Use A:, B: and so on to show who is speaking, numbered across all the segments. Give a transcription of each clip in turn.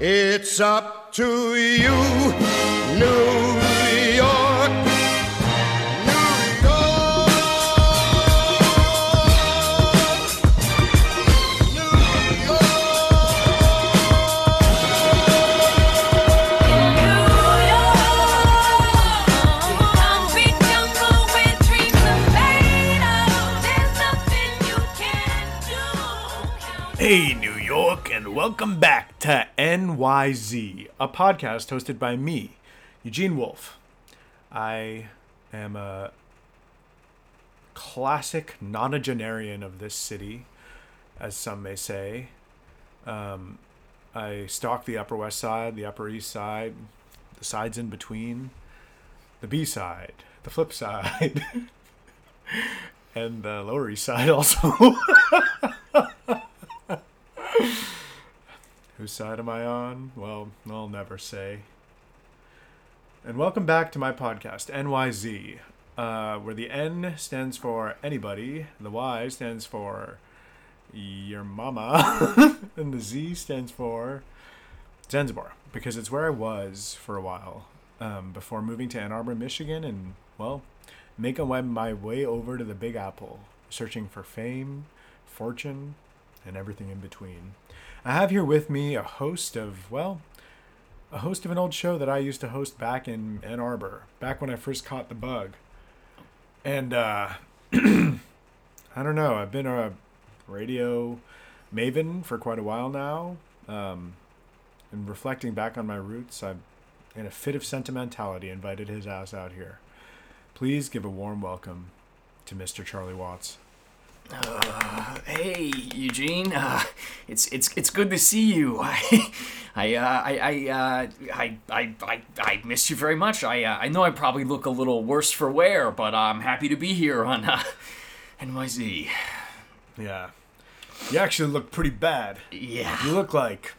A: It's up to you, New York. New York. New York.
B: Hey, New York, and welcome back to NYZ, a podcast hosted by me, Eugene Wolf. I am a classic nonagenarian of this city, as some may say. Um, I stalk the Upper West Side, the Upper East Side, the sides in between, the B side, the flip side, and the Lower East Side also. Whose side am I on? Well, I'll never say. And welcome back to my podcast, NYZ, uh, where the N stands for anybody, the Y stands for your mama, and the Z stands for Zanzibar, because it's where I was for a while um, before moving to Ann Arbor, Michigan, and, well, making my- my way over to the Big Apple, searching for fame, fortune, and everything in between. I have here with me a host of, well, a host of an old show that I used to host back in Ann Arbor, back when I first caught the bug. And uh, I don't know, I've been a radio maven for quite a while now. Um, and reflecting back on my roots, I, in a fit of sentimentality, invited his ass out here. Please give a warm welcome to Mr. Charlie Watts.
C: Hey Eugene, uh, it's it's it's good to see you. I I uh, I I, uh, I I I I miss you very much. I uh, I know I probably look a little worse for wear, but I'm happy to be here on uh, NYZ.
B: Yeah. You actually look pretty bad. You
C: Yeah,
B: look like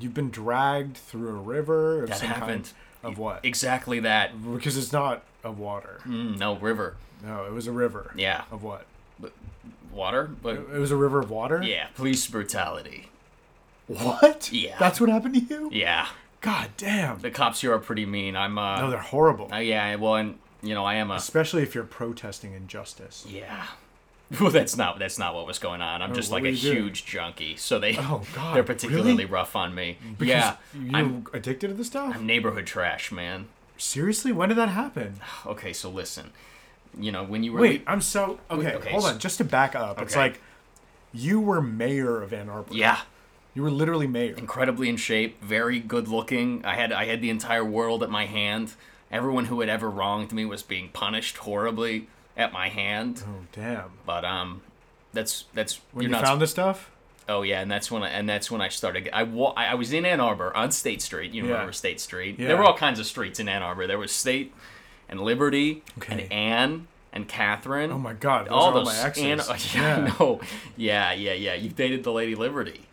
B: you've been dragged through a river of
C: that
B: some
C: happened.
B: kind of what?
C: Exactly that.
B: because it's not of water.
C: Mm, No river.
B: No, it was a river.
C: Yeah,
B: Of what?
C: water. But
B: It was a river of water.
C: yeah, police brutality.
B: What?
C: Yeah.
B: That's what happened to you.
C: Yeah,
B: God damn.
C: the cops here are pretty mean. I'm uh,
B: no, they're horrible.
C: uh, yeah. Well, and you know I am a
B: Especially if you're protesting injustice.
C: Yeah. Well, that's not that's not what was going on. I'm just
B: Oh, what
C: like a
B: were you doing?
C: huge junkie, so they
B: Oh, God,
C: they're particularly
B: really?
C: rough on me.
B: Because
C: yeah,
B: You're
C: I'm
B: addicted to this stuff.
C: neighborhood trash, man.
B: Seriously, when did that happen?
C: Okay, so listen, you know when you were
B: Wait, I'm so okay.
C: okay,
B: hold
C: so-
B: on, just to back up, it's
C: Okay.
B: like you were mayor of Ann Arbor.
C: yeah,
B: you were literally mayor.
C: incredibly in shape, very good looking. I had I had the entire world at my hand. Everyone who had ever wronged me was being punished horribly at my hand.
B: Oh damn!
C: But um, that's that's
B: When you
C: not
B: found this stuff,
C: Oh yeah, and that's when I and that's when I started. I wa- I I was in Ann Arbor on State Street. You
B: Yeah.
C: remember State Street?
B: Yeah.
C: There were all kinds of streets in Ann Arbor. There was State and Liberty
B: Okay.
C: and Ann and Catherine.
B: oh my god, those
C: all
B: are all
C: those
B: my exes.
C: Ann, yeah, I know. Yeah, yeah, yeah. You dated the lady Liberty.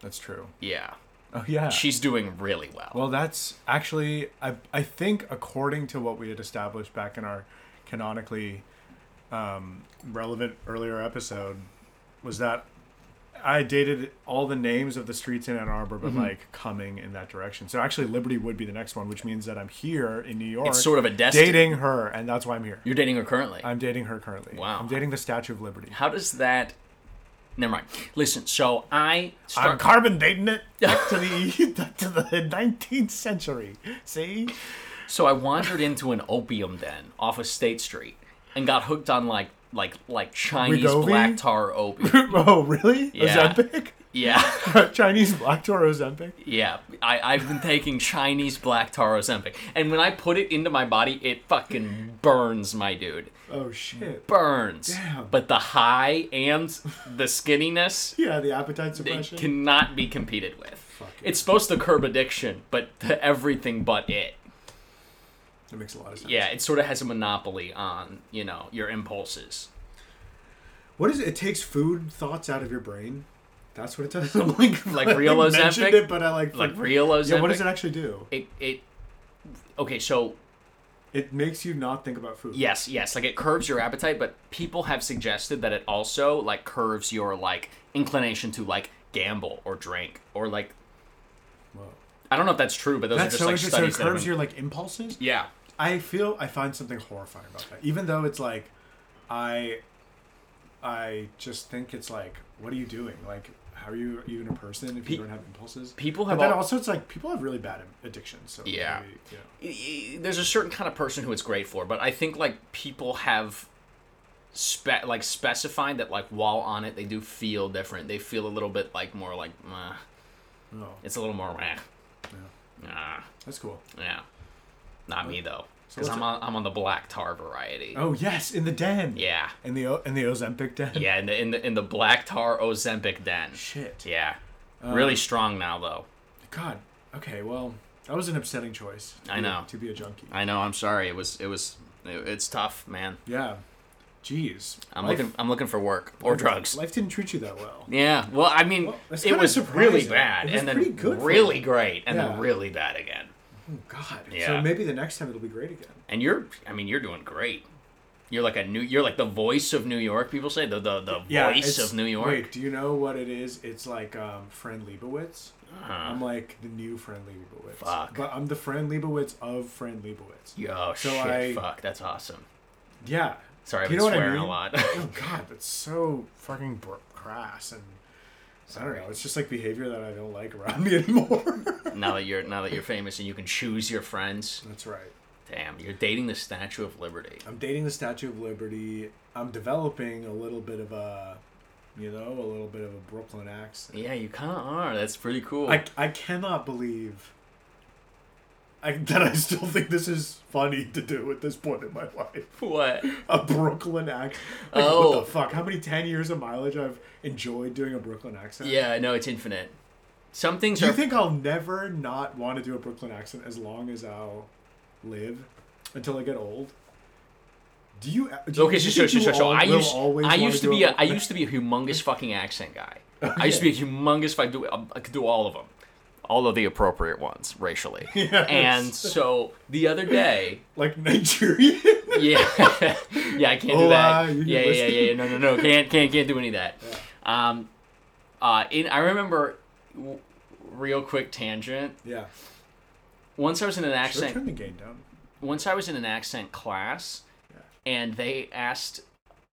B: that's true.
C: Yeah,
B: Oh yeah.
C: she's doing really well.
B: well, that's actually I I think according to what we had established back in our canonically um, relevant earlier episode was that I dated all the names of the streets in Ann Arbor,
C: Mm-hmm.
B: but like coming in that direction. So actually, Liberty would be the next one, which means that I'm here in New York.
C: it's sort of a destiny.
B: dating her, and that's why I'm here.
C: You're dating her currently.
B: I'm dating her currently.
C: Wow.
B: I'm dating the Statue of Liberty.
C: How does that? Never mind. Listen. So I
B: I'm
C: start.
B: carbon dating it back to the back to the 19th century. See?
C: So I wandered into an opium den off of State Street and got hooked on like like like Chinese
B: Wegovy?
C: black tar opium.
B: Oh, really?
C: Yeah.
B: Ozempic?
C: yeah,
B: Chinese black tar Ozempic?
C: yeah. I I've been taking Chinese black tar Ozempic, and when I put it into my body, it fucking burns, my dude.
B: Oh shit.
C: Burns.
B: Damn.
C: But the high and the skinniness
B: Yeah, the appetite
C: it
B: suppression.
C: cannot be competed with. It's supposed to curb addiction, but to everything but it.
B: that makes a lot of sense.
C: Yeah, it sort of has a monopoly on you know your impulses.
B: What is it? It takes food thoughts out of your brain. That's what it does. I'm like,
C: Like real
B: I mentioned
C: Ozempic?
B: it, but I like
C: Like real Ozempic.
B: Yeah, what does it actually do?
C: it it okay so
B: It makes you not think about food.
C: yes yes like it curbs your appetite but people have suggested that it also like curves your like inclination to like gamble or drink or like I don't know if that's true, but those
B: That's
C: are just
B: so
C: like
B: interesting. So
C: studies
B: it
C: that have
B: curbs
C: been-
B: your like impulses.
C: yeah.
B: I feel I find something horrifying about that. Even though it's like, I, I just think it's like, what are you doing? Like, how are you are you even a person if you
C: Pe-
B: don't have impulses?
C: people
B: But
C: have
B: then
C: al-
B: also it's like people have really bad addictions. So
C: Yeah.
B: maybe, you know.
C: there's a certain kind of person who it's great for, but I think like people have spe- like specified that like while on it they do feel different. They feel a little bit like more like meh.
B: Oh.
C: it's a little more meh. Ah,
B: That's cool.
C: yeah. Not me though,
B: what's
C: because I'm
B: it-
C: on I'm on the black tar variety.
B: Oh yes, in the den.
C: Yeah,
B: In the O- in the Ozempic den.
C: yeah, in the in the in the black tar Ozempic den.
B: Shit.
C: Yeah,
B: Um,
C: really strong now though.
B: God. Okay. Well, that was an upsetting choice. to
C: I
B: be-
C: know.
B: To be a junkie.
C: I know. I'm sorry. It was it was it, it's tough, man.
B: yeah. Jeez.
C: I'm
B: Life-
C: looking I'm looking for work or drugs.
B: Life didn't treat you that well.
C: Yeah. Well, I mean,
B: Well, that's
C: it
B: kinda
C: was
B: surprising.
C: really bad,
B: It was
C: and then
B: pretty good for
C: really
B: you.
C: great, and then
B: Yeah.
C: really bad again.
B: Oh God.
C: Yeah.
B: So maybe the next time it'll be great again.
C: And you're, I mean, you're doing great. You're like a new, you're like the voice of New York. People say the the, the voice
B: it's-
C: of New York.
B: Wait, do you know what it is? It's like um, Fran Lebowitz. I'm like the new Fran Lebowitz.
C: Uh-huh. Fuck.
B: But I'm the Fran Lebowitz of Fran Lebowitz.
C: Yo,
B: So
C: shit,
B: I-
C: fuck, that's awesome.
B: Yeah.
C: Sorry, I've
B: You
C: been
B: know what I
C: swearing
B: mean?
C: a lot.
B: Oh God, that's so fucking br- crass and. I don't know. It's just like behavior that I don't like around me anymore.
C: now that you're now that you're famous and you can choose your friends.
B: That's right.
C: Damn, you're dating the Statue of Liberty.
B: I'm dating the Statue of Liberty. I'm developing a little bit of a, you know, a little bit of a Brooklyn accent.
C: Yeah, you kind of are. That's pretty cool.
B: I, I cannot believe I, that I still think this is funny to do at this point in my life.
C: what?
B: A Brooklyn accent. Like,
C: Oh.
B: What the fuck? How many 10 years of mileage I've enjoyed doing a Brooklyn accent?
C: Yeah, no, it's infinite. Some things
B: Do you
C: are
B: think I'll never not want to do a Brooklyn accent as long as I'll live until I get old? Do you? Do you
C: Okay,
B: do
C: so
B: you
C: so
B: think
C: so,
B: you
C: so, so
B: al-
C: I
B: will
C: used
B: always
C: I
B: wanna
C: used to
B: do
C: be a,
B: Brooklyn-
C: I used to be a humongous fucking accent guy. I used to be a humongous. I do um, I could do all of them, all of the appropriate ones racially. And so the other day,
B: like Nigerian.
C: yeah, yeah, I can't do
B: Hola,
C: that.
B: Oh, you
C: Yeah, yeah, yeah,
B: listen.
C: yeah, no, no, no, can't, can't, can't do any of that. Um, uh, in I remember, w- real quick tangent.
B: yeah,
C: Once I was in an
B: Should I
C: accent
B: turn the game down.
C: once I was in an accent class, and they asked,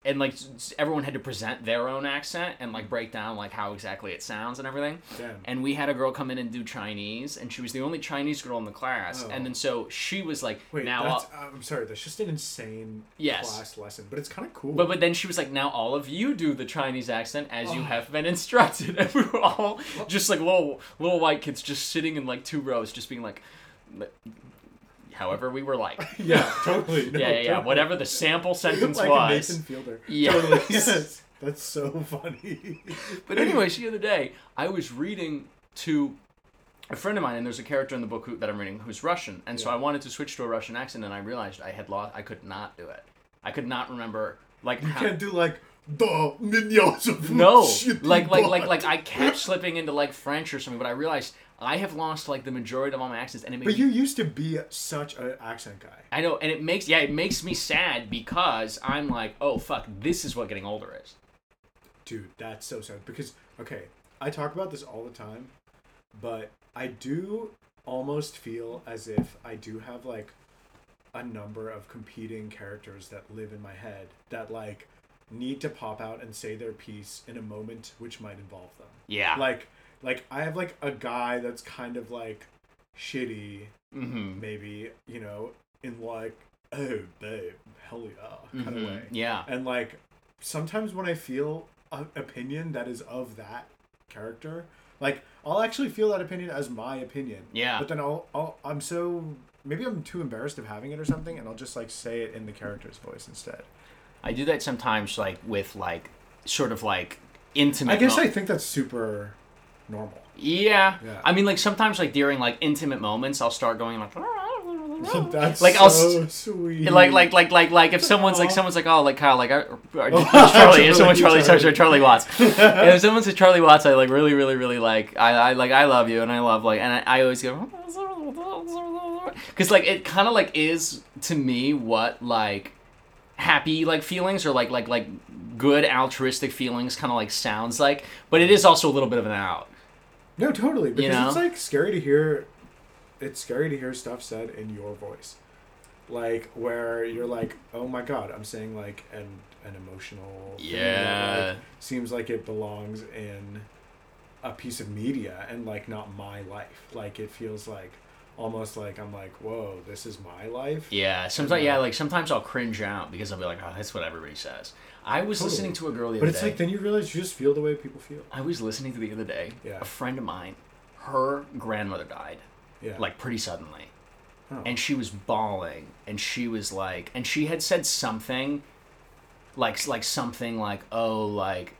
C: and like s- everyone had to present their own accent and like break down like how exactly it sounds and everything.
B: Damn.
C: And we had a girl come in and do Chinese, and she was the only Chinese girl in the class.
B: Oh.
C: And then so she was like,
B: Wait,
C: now.
B: that's,
C: I'll-
B: I'm sorry. That's just an insane
C: Yes.
B: class lesson, but it's kind of cool.
C: but, but then she was like, now all of you do the Chinese accent as
B: Oh.
C: you have been instructed. And we were all just like little little white kids just sitting in like two rows, just being like, however we were like.
B: yeah, totally. No,
C: Yeah, yeah, yeah.
B: totally.
C: Whatever the sample sentence
B: Like a
C: was.
B: Nathan Fielder.
C: Yes.
B: Totally. Yes. That's so funny.
C: But anyways, the other day I was reading to a friend of mine, and there's a character in the book who, that I'm reading who's Russian, and so I wanted to switch to a Russian accent, and I realized I had lost. I could not do it. I could not remember like how.
B: Can't do like the minions of
C: no,
B: shitty
C: like like like
B: butt."
C: like I kept slipping into like French or something, but I realized I have lost like the majority of all my accents, and it made
B: But
C: me,
B: you used to be such an accent guy.
C: I know, and it makes yeah, it makes me sad because I'm like, oh fuck, this is what getting older is.
B: Dude, that's so sad. Because, okay, I talk about this all the time, but I do almost feel as if I do have like a number of competing characters that live in my head that like need to pop out and say their piece in a moment which might involve them.
C: Yeah.
B: Like, like I have like a guy that's kind of like shitty,
C: mm-hmm.
B: maybe, you know, in like, oh, babe, hell yeah, kind of way
C: Mm-hmm. Yeah.
B: and like sometimes when i feel an opinion that is of that character like i'll actually feel that opinion as my opinion
C: Yeah.
B: but then i'll, I'll i'm so maybe i'm too embarrassed of having it or something and i'll just like say it in the character's voice instead
C: I do that sometimes, like with like sort of like intimate.
B: i guess
C: mo-
B: i think that's super normal
C: Yeah.
B: Yeah.
C: I mean, like sometimes, like during like intimate moments, I'll start going like.
B: that's
C: Oh. Like,
B: like
C: I'll
B: so sweet
C: Like, like, like, like, like, if someone's like,
B: Mm. Aw.
C: someone's like, oh, like Kyle, like, I, I- Charlie, if someone Charlie,
B: Charlie.
C: sorry, sorry, Charlie Watts, and if someone says Charlie Watts, I like really, really, really like, I, I like, I love you, and I love like, and I, I always go, because like it kind of like is to me what like happy like feelings or like like like good altruistic feelings kind of like sounds like, but it is also a little bit of an out.
B: no totally because
C: know?
B: it's like scary to hear it's scary to hear stuff said in your voice like where you're like oh my god i'm saying like an an emotional thing that,
C: Yeah.
B: like, seems like it belongs in a piece of media and like not my life like it feels like almost like i'm like whoa this is my life
C: Yeah, sometimes
B: Uh-huh.
C: yeah, like sometimes I'll cringe out because I'll be like, oh, that's what everybody says. I was
B: Totally.
C: listening to a girl the
B: but
C: other
B: it's
C: day.
B: like then you realize you just feel the way people feel
C: I was listening to the other day.
B: Yeah.
C: A friend of mine, her grandmother died,
B: yeah
C: like pretty suddenly,
B: Oh.
C: and she was bawling, and she was like, and she had said something, like like something like, oh, like,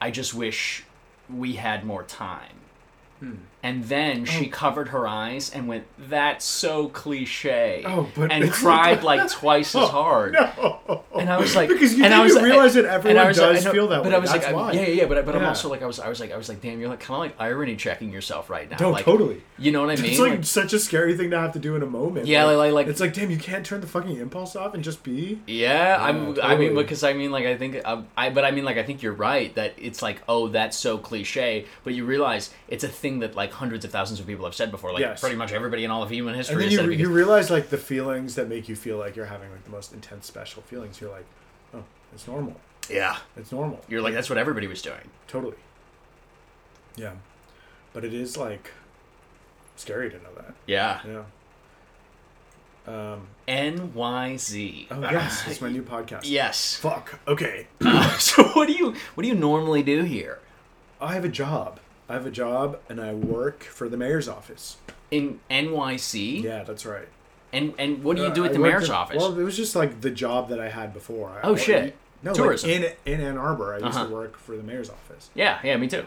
C: I just wish we had more time.
B: Hmm.
C: And then
B: Oh.
C: she covered her eyes and went, "That's so cliche,"
B: Oh, but- Oh,
C: and cried like twice as hard. And I was like,
B: Because you
C: and I
B: think
C: was
B: you
C: like-
B: realize that
C: and I
B: everyone
C: was like-
B: does
C: I know-
B: feel that
C: but
B: way.
C: I was
B: That's
C: like, I-
B: why.
C: yeah, yeah, yeah. But, I- but I'm
B: Yeah.
C: also like, I was, I was like, I was like, damn, you're like kind of like irony checking yourself right now.
B: No,
C: like,
B: totally.
C: You know what I mean?
B: It's like such a scary thing to have to do in a moment.
C: Yeah, like- like-
B: it's like, damn, you can't turn the fucking impulse off and just be.
C: yeah, I'm. I mean,
B: totally.
C: because I mean, like, I think, I, I, but I mean, like, I think you're right that it's like, oh, that's so cliche. But you realize it's a thing that like hundreds of thousands of people have said before. Like,
B: Yes.
C: pretty much everybody in all of human
B: And
C: history
B: then
C: has
B: you,
C: said it.
B: re-
C: because-
B: you realize like the feelings that make you feel like you're having like the most intense special feelings. You're like, oh, it's normal.
C: yeah,
B: It's normal.
C: you're like, that's what everybody was doing.
B: Totally. Yeah, but it is like scary to know that.
C: Yeah.
B: Yeah. Um.
C: N Y Z.
B: Oh yes, it's my new podcast.
C: Yes.
B: Fuck. Okay.
C: so what do you what do you normally do here?
B: I have a job. I have a job, and I work for the mayor's office.
C: in NYC,
B: Yeah, that's right.
C: and and what do you do
B: I
C: at the
B: worked
C: mayor's
B: in-
C: office?
B: Well, it was just like the job that I had before. I-
C: Oh,
B: I-
C: shit.
B: No, like,
C: Tourism.
B: in in Ann Arbor, I used
C: Uh-huh.
B: to work for the mayor's office.
C: yeah, yeah, me too.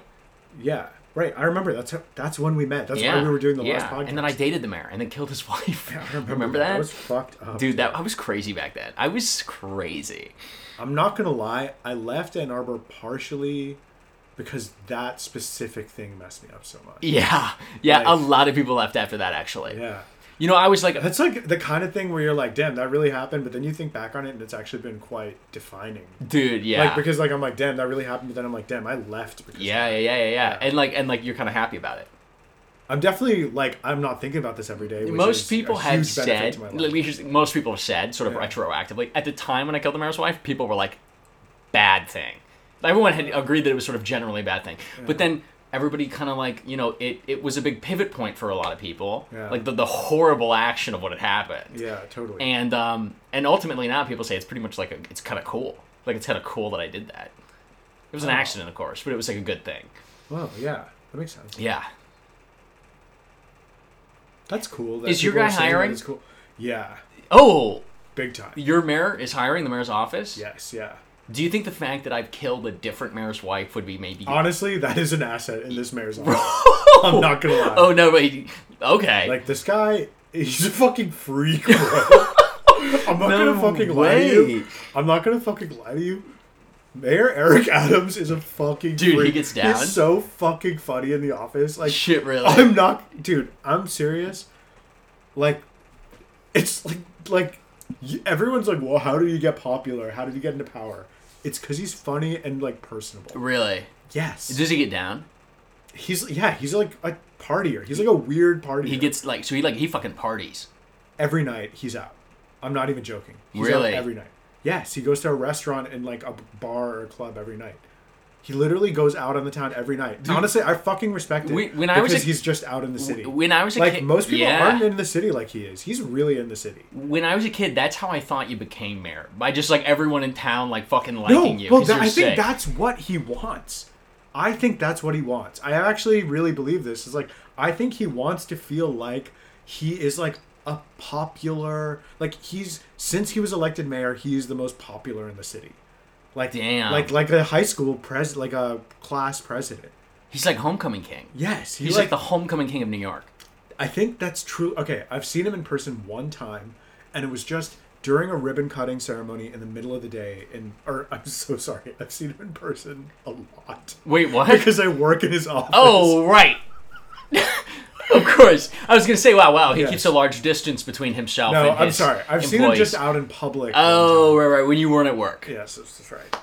B: Yeah, right. I remember that's how, that's when we met. That's
C: Yeah,
B: why we were doing the
C: yeah.
B: last podcast.
C: and then I dated the mayor, and then killed his wife.
B: I
C: remember,
B: I
C: that,
B: was fucked up,
C: dude? That I was crazy back then. I was crazy.
B: I'm not gonna lie. I left Ann Arbor partially because that specific thing messed me up so much.
C: Yeah, yeah. a
B: Like-
C: lot of people left after that. Actually,
B: Yeah.
C: you know, I was like,
B: That's like the kind of thing where you're like, damn, that really happened, but then you think back on it and it's actually been quite defining.
C: dude, yeah.
B: Like because like I'm like, damn, that really happened, but then I'm like, damn, I left because
C: yeah, yeah, yeah, yeah, yeah, and like, and like, you're kind of happy about it.
B: I'm definitely like I'm not thinking about this every day. Which
C: most
B: is
C: people
B: a
C: have
B: huge benefit
C: said,
B: to my
C: let
B: life.
C: me just, most people have said, sort of
B: Yeah.
C: retroactively, at the time when I killed the mayor's wife, people were like, bad thing. Everyone had agreed that it was sort of generally a bad thing. But then everybody kind of like, you know, it, it was a big pivot point for a lot of people.
B: Yeah.
C: Like the, the horrible action of what had happened.
B: yeah, totally.
C: And, um, and ultimately now people say it's pretty much like, a, it's kind of cool. Like it's kind of cool that I did that. It
B: Oh.
C: was an accident, of course, but it was like a good thing.
B: well, yeah, that makes sense.
C: Yeah.
B: That's cool. That
C: Is your
B: people are
C: guy
B: saying that
C: hiring?
B: it's cool. Yeah,
C: Oh,
B: big time.
C: your mayor is hiring the mayor's office?
B: Yes, yeah.
C: Do you think the fact that I've killed a different mayor's wife would be maybe?
B: Honestly, that is an asset in this mayor's office. I'm not gonna lie.
C: oh no! Wait. Okay.
B: Like this guy, he's a fucking freak, bro. I'm not
C: No
B: gonna fucking lie to
C: way.
B: you. I'm not gonna fucking lie to you. Mayor Eric Adams is a fucking
C: Dude, he
B: freak.
C: gets down?
B: He's so fucking funny in the office. Like
C: Shit, really?
B: I'm not, dude. I'm serious. Like, it's like like y- everyone's like, well, how did you get popular? How did you get into power? It's because he's funny and like personable.
C: really?
B: Yes,
C: Does he get down?
B: he's yeah, he's like a partier. He's like a weird partier.
C: He gets like so he like he fucking parties.
B: every night he's out. I'm not even joking. He's out
C: Really?
B: every night. Yes, he goes to a restaurant and like a bar or a club every night. He literally goes out on the town every night. Honestly, I fucking respect it
C: We- when
B: because
C: I was a-
B: he's just out in the city.
C: When I was a
B: like
C: kid,
B: most people
C: yeah.
B: aren't in the city like he is. He's really in the city.
C: When I was a kid, that's how I thought you became mayor by just like everyone in town like fucking
B: No,
C: liking you.
B: well,
C: 'cause
B: that,
C: you're
B: I think
C: sick.
B: that's what he wants. I think that's what he wants. I actually really believe this. Is like I think he wants to feel like he is like a popular. Like he's since he was elected mayor, he's the most popular in the city. Like
C: Damn.
B: like like a high school pres, like a class president.
C: he's like homecoming king.
B: Yes, he
C: He's like,
B: like,
C: the homecoming king of New York.
B: I think that's true. Okay, I've seen him in person one time, and it was just during a ribbon cutting ceremony in the middle of the day. In or I'm so sorry, I've seen him in person a lot.
C: Wait, what?
B: because I work in his office.
C: oh right. of course. I was gonna say, wow, wow. He
B: Yes.
C: keeps a large distance between himself.
B: no,
C: and
B: I'm
C: his
B: sorry. I've seen him
C: employees.
B: just out in public. one
C: Oh,
B: time.
C: right, right. When you weren't at work.
B: yes, that's that's right.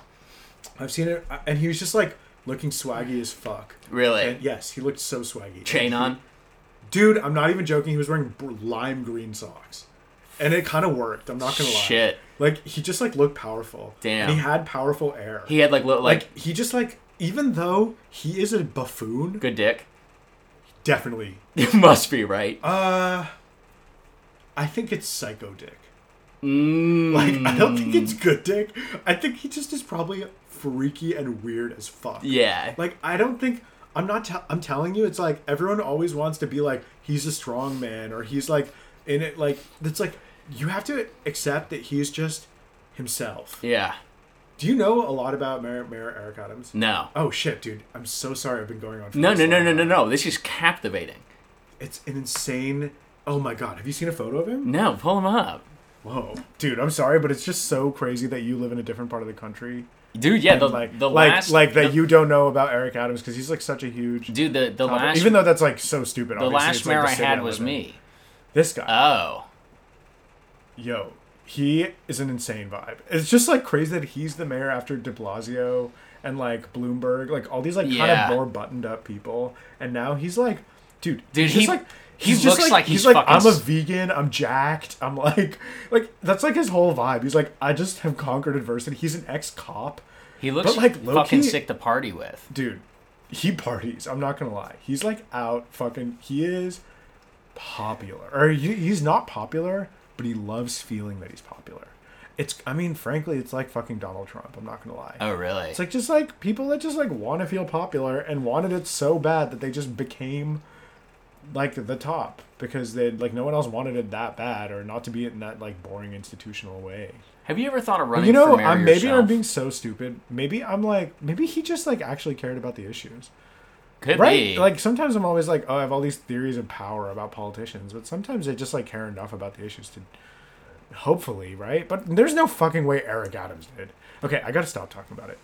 B: I've seen it, uh, and he was just like looking swaggy as fuck.
C: Really?
B: And yes, he looked so swaggy.
C: Chain on?
B: Dude, I'm not even joking. He was wearing br- lime green socks, and it kind of worked. I'm not gonna lie.
C: Shit.
B: Like he just like looked powerful.
C: Damn.
B: And he had powerful air.
C: He had like little like,
B: like he just like even though he is a buffoon,
C: good dick.
B: definitely.
C: It must be right.
B: Uh, I think it's psycho dick.
C: Mm, Hmm.
B: Like I don't think it's good dick. I think he just is probably freaky and weird as fuck.
C: yeah.
B: Like I don't think I'm not. T- I'm telling you, it's like everyone always wants to be like he's a strong man or he's like in it. Like it's like you have to accept that he's just himself.
C: yeah.
B: Do you know a lot about Mayor, Mayor Eric Adams?
C: No.
B: Oh shit, dude! I'm so sorry. I've been going on. For
C: No,
B: this
C: no, no,
B: long.
C: no, no, no. This is captivating.
B: It's an insane. Oh my god, have you seen a photo of him?
C: No, pull him up.
B: Whoa, dude! I'm sorry, but it's just so crazy that you live in a different part of the country.
C: Dude, yeah, the,
B: like,
C: the
B: like,
C: last
B: like that
C: the-
B: you don't know about Eric Adams because he's like such a huge.
C: Dude, the the
B: topic.
C: last
B: Even though that's like so stupid.
C: the last mayor I had was me.
B: This guy,
C: Oh.
B: yo, he is an insane vibe. It's just like crazy that he's the mayor after De Blasio and like Bloomberg, like all these like
C: Yeah.
B: kind of more buttoned up people, and now he's like, dude,
C: Dude,
B: he's just,
C: he-
B: like.
C: he
B: He's just like,
C: looks like
B: he's,
C: he's
B: like
C: fucking
B: I'm a
C: s-
B: vegan. I'm jacked. I'm like like that's like his whole vibe. He's like I just have conquered adversity. He's an ex cop.
C: He looks
B: like,
C: fucking
B: low-key-
C: sick to party with.
B: dude, he parties. I'm not gonna lie. He's like out fucking. He is popular, or he, he's not popular, but he loves feeling that he's popular. It's. I mean, frankly, it's like fucking Donald Trump. I'm not gonna lie.
C: Oh really?
B: It's like just like people that just like want to feel popular and wanted it so bad that they just became like the top because they like no one else wanted it that bad or not to be in that like boring institutional way.
C: Have you ever thought of running
B: You know,
C: for mayor
B: I'm, maybe I'm
C: yourself?
B: being so stupid. Maybe I'm like, maybe he just like actually cared about the issues
C: Could
B: right
C: be.
B: like sometimes i'm always like oh i have all these theories of power about politicians but sometimes they just like care enough about the issues to hopefully right but there's no fucking way eric adams did okay i gotta stop talking about it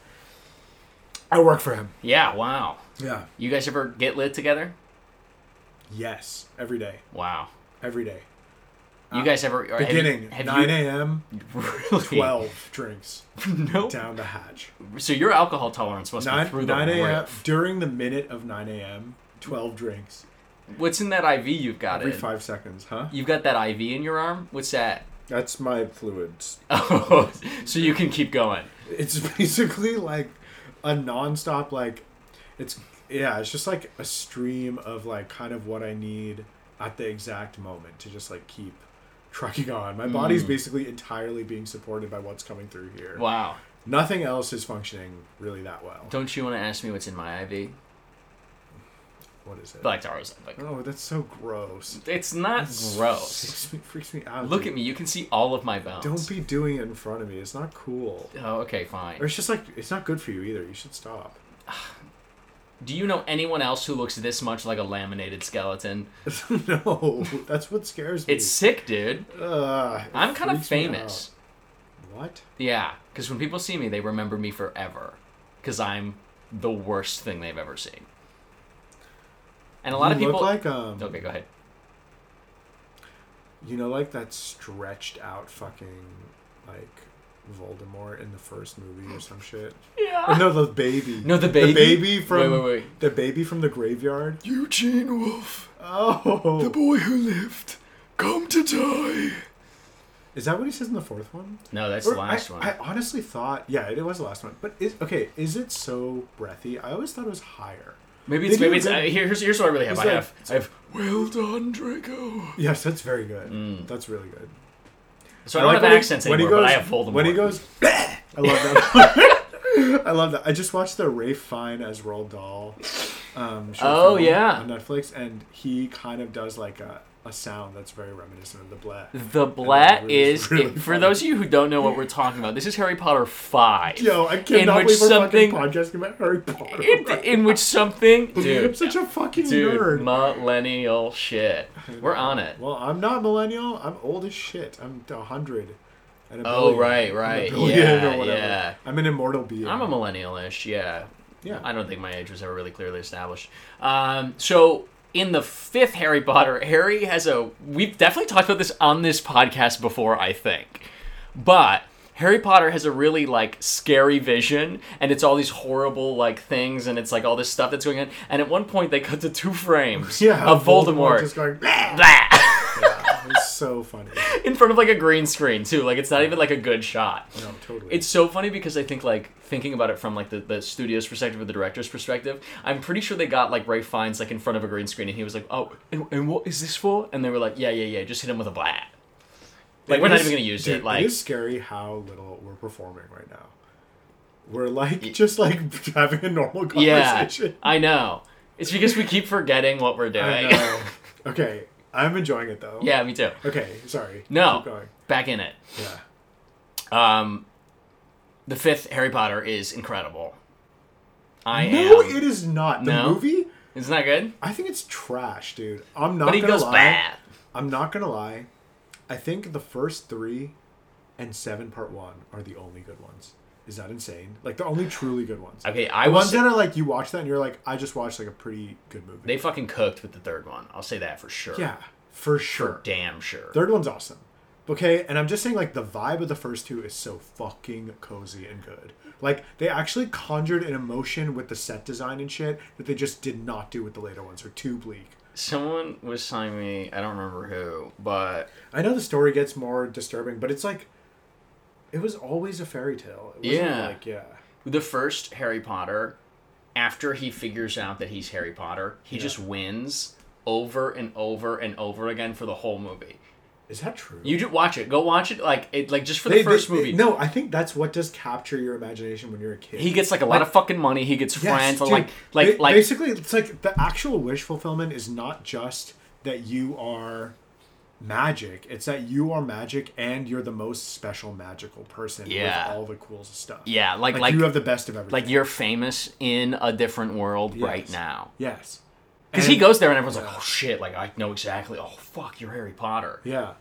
B: i work for him
C: yeah, wow.
B: yeah
C: You guys ever get lit together?
B: yes every day
C: Wow.
B: every day
C: You guys ever or have you-
B: Uh, beginning
C: have
B: 9
C: you,
B: a.m
C: Really?
B: 12 drinks
C: No.
B: down the hatch
C: So your alcohol tolerance must be
B: 9,
C: through the
B: 9 a.m
C: roof.
B: during the minute of 9 a.m 12 drinks
C: What's in that IV you've got?
B: every
C: Ed?
B: five seconds huh
C: You've got that IV in your arm. What's that?
B: that's my fluids
C: Oh, so you can keep going.
B: it's basically like a nonstop like it's yeah it's just like a stream of like kind of what i need at the exact moment to just like keep trucking on my
C: Mm.
B: body's basically entirely being supported by what's coming through here
C: Wow.
B: nothing else is functioning really that well
C: Don't you want to ask me what's in my IV?
B: what is it
C: Like ours. Like
B: oh that's so gross
C: it's not gross.
B: freaks me, freaks me out
C: Look
B: dude.
C: at me. You can see all of my bones.
B: don't be doing it in front of me it's not cool
C: Oh, okay,
B: or
C: fine.
B: it's just like it's not good for you either you should stop
C: Do you know anyone else who looks this much like a laminated skeleton?
B: no that's what scares me
C: It's sick, dude.
B: Ugh, it
C: I'm kind of
B: Uh, freaks me
C: famous.
B: out. What?
C: Yeah, because when people see me, they remember me forever. Because I'm the worst thing they've ever seen. And a lot
B: you
C: of people.
B: look like um,
C: okay, go ahead.
B: you know, like that stretched out fucking like Voldemort in the first movie or some shit.
C: Yeah.
B: Or no, the baby.
C: No, the baby.
B: The baby from
C: Wait, wait, wait.
B: the baby from the graveyard.
C: Eugene Wolf,
B: Oh,
C: boy who lived, come to die.
B: is that what he says in the fourth one?
C: No, that's
B: Or
C: the last
B: I,
C: one.
B: I honestly thought, yeah, it was the last one. But is okay? Is it so breathy? I always thought it was higher.
C: maybe it's
B: They do
C: maybe it's.
B: a
C: Uh,
B: good-
C: here, here's here's what I really have.
B: It's
C: I
B: like-
C: have I have. Well done, Draco.
B: Yes, that's very good.
C: Mm.
B: That's really good.
C: So I don't have
B: when he-
C: accents
B: when he
C: anymore, but I have Voldemort.
B: When he goes, "Bleh!" I love that. I love that. I just watched the Ray Fine as Roald Dahl. Um, short
C: Oh,
B: film
C: yeah.
B: on Netflix, and he kind of does like a, a sound that's very reminiscent of the bleh.
C: The blat
B: really-
C: is
B: really
C: it- for
B: funny.
C: those of you who don't know what we're talking about. This is Harry Potter five.
B: Yo, I cannot
C: which
B: believe we're
C: something-
B: fucking podcasting about Harry Potter.
C: It- in which something,
B: I'm
C: dude,
B: such a fucking
C: dude,
B: nerd.
C: millennial shit. We're on it.
B: well, I'm not millennial. I'm old as shit. I'm a hundred. and a
C: Oh
B: billion.
C: right,
B: I'm a
C: right,
B: billion
C: yeah,
B: or whatever.
C: yeah.
B: I'm an immortal being.
C: I'm a millennial-ish, yeah.
B: Yeah.
C: I don't think my age was ever really clearly established. Um, so in the fifth Harry Potter, Harry has a. We've definitely talked about this on this podcast before, I think, but Harry Potter has a really like scary vision, and it's all these horrible like things, and it's like all this stuff that's going on. And at one point, they cut to two frames
B: Yeah,
C: of Voldemort.
B: just going "Bleh."
C: Blah!
B: It's so funny.
C: in front of like a green screen too. Like it's not even like a good shot.
B: No, totally.
C: It's so funny because I think like thinking about it from like the, the studio's perspective or the director's perspective, I'm pretty sure they got like Ray Fiennes like in front of a green screen and he was like, Oh, and, and what is this for? And they were like, Yeah, yeah, yeah, just hit him with a blat. Like
B: It
C: we're not
B: is-
C: even gonna use
B: dude,
C: it. Like
B: it is scary how little we're performing right now. We're like just like having a normal
C: Yeah.
B: conversation.
C: I know. It's because we keep forgetting what we're
B: I
C: doing.
B: know. okay, I'm enjoying it though.
C: yeah, me too.
B: Okay, sorry. Keep
C: No.
B: going.
C: Back in it.
B: Yeah.
C: Um the fifth Harry Potter is incredible. I
B: No,
C: am.
B: it is not the
C: No?
B: movie.
C: Isn't that good?
B: I think it's trash, dude. I'm not
C: But he
B: gonna
C: goes
B: lie.
C: bad.
B: I'm not gonna lie. I think the first three and seven part one are the only good ones. Is that insane? Like the only truly good ones.
C: Okay, I
B: The
C: will
B: ones
C: say-
B: that are like you watch that and you're like, I just watched like a pretty good movie.
C: They fucking cooked with the third one. I'll say that for sure.
B: yeah, for sure.
C: Damn sure.
B: Third one's awesome. Okay, and I'm just saying like the vibe of the first two is so fucking cozy and good. Like they actually conjured an emotion with the set design and shit that they just did not do with the later ones. Are too bleak.
C: Someone was telling me, I don't remember who, but
B: I know the story gets more disturbing, but it's like it was always a fairy tale. It wasn't
C: Yeah.
B: like yeah.
C: the first Harry Potter, after he figures out that he's Harry Potter, he just wins over and over and over again for the whole movie.
B: Is that true?
C: You just watch it. Go watch it like it like just for the
B: They- they-
C: first movie.
B: No, I think that's what does capture your imagination when you're a kid.
C: He gets like a lot of fucking money. He gets
B: Yes,
C: friends.
B: dude.
C: like like
B: Ba-
C: like
B: basically it's like the actual wish fulfillment is not just that you are magic it's that you are magic and you're the most special magical person
C: Yeah.
B: with all the coolest stuff
C: yeah, like
B: like,
C: like
B: you
C: like,
B: have the best of everything
C: you're famous in a different world right
B: Yes.
C: now.
B: yes
C: Because he
B: And-
C: goes there and everyone's like, oh shit, like I know exactly. Oh fuck, you're Harry Potter.
B: yeah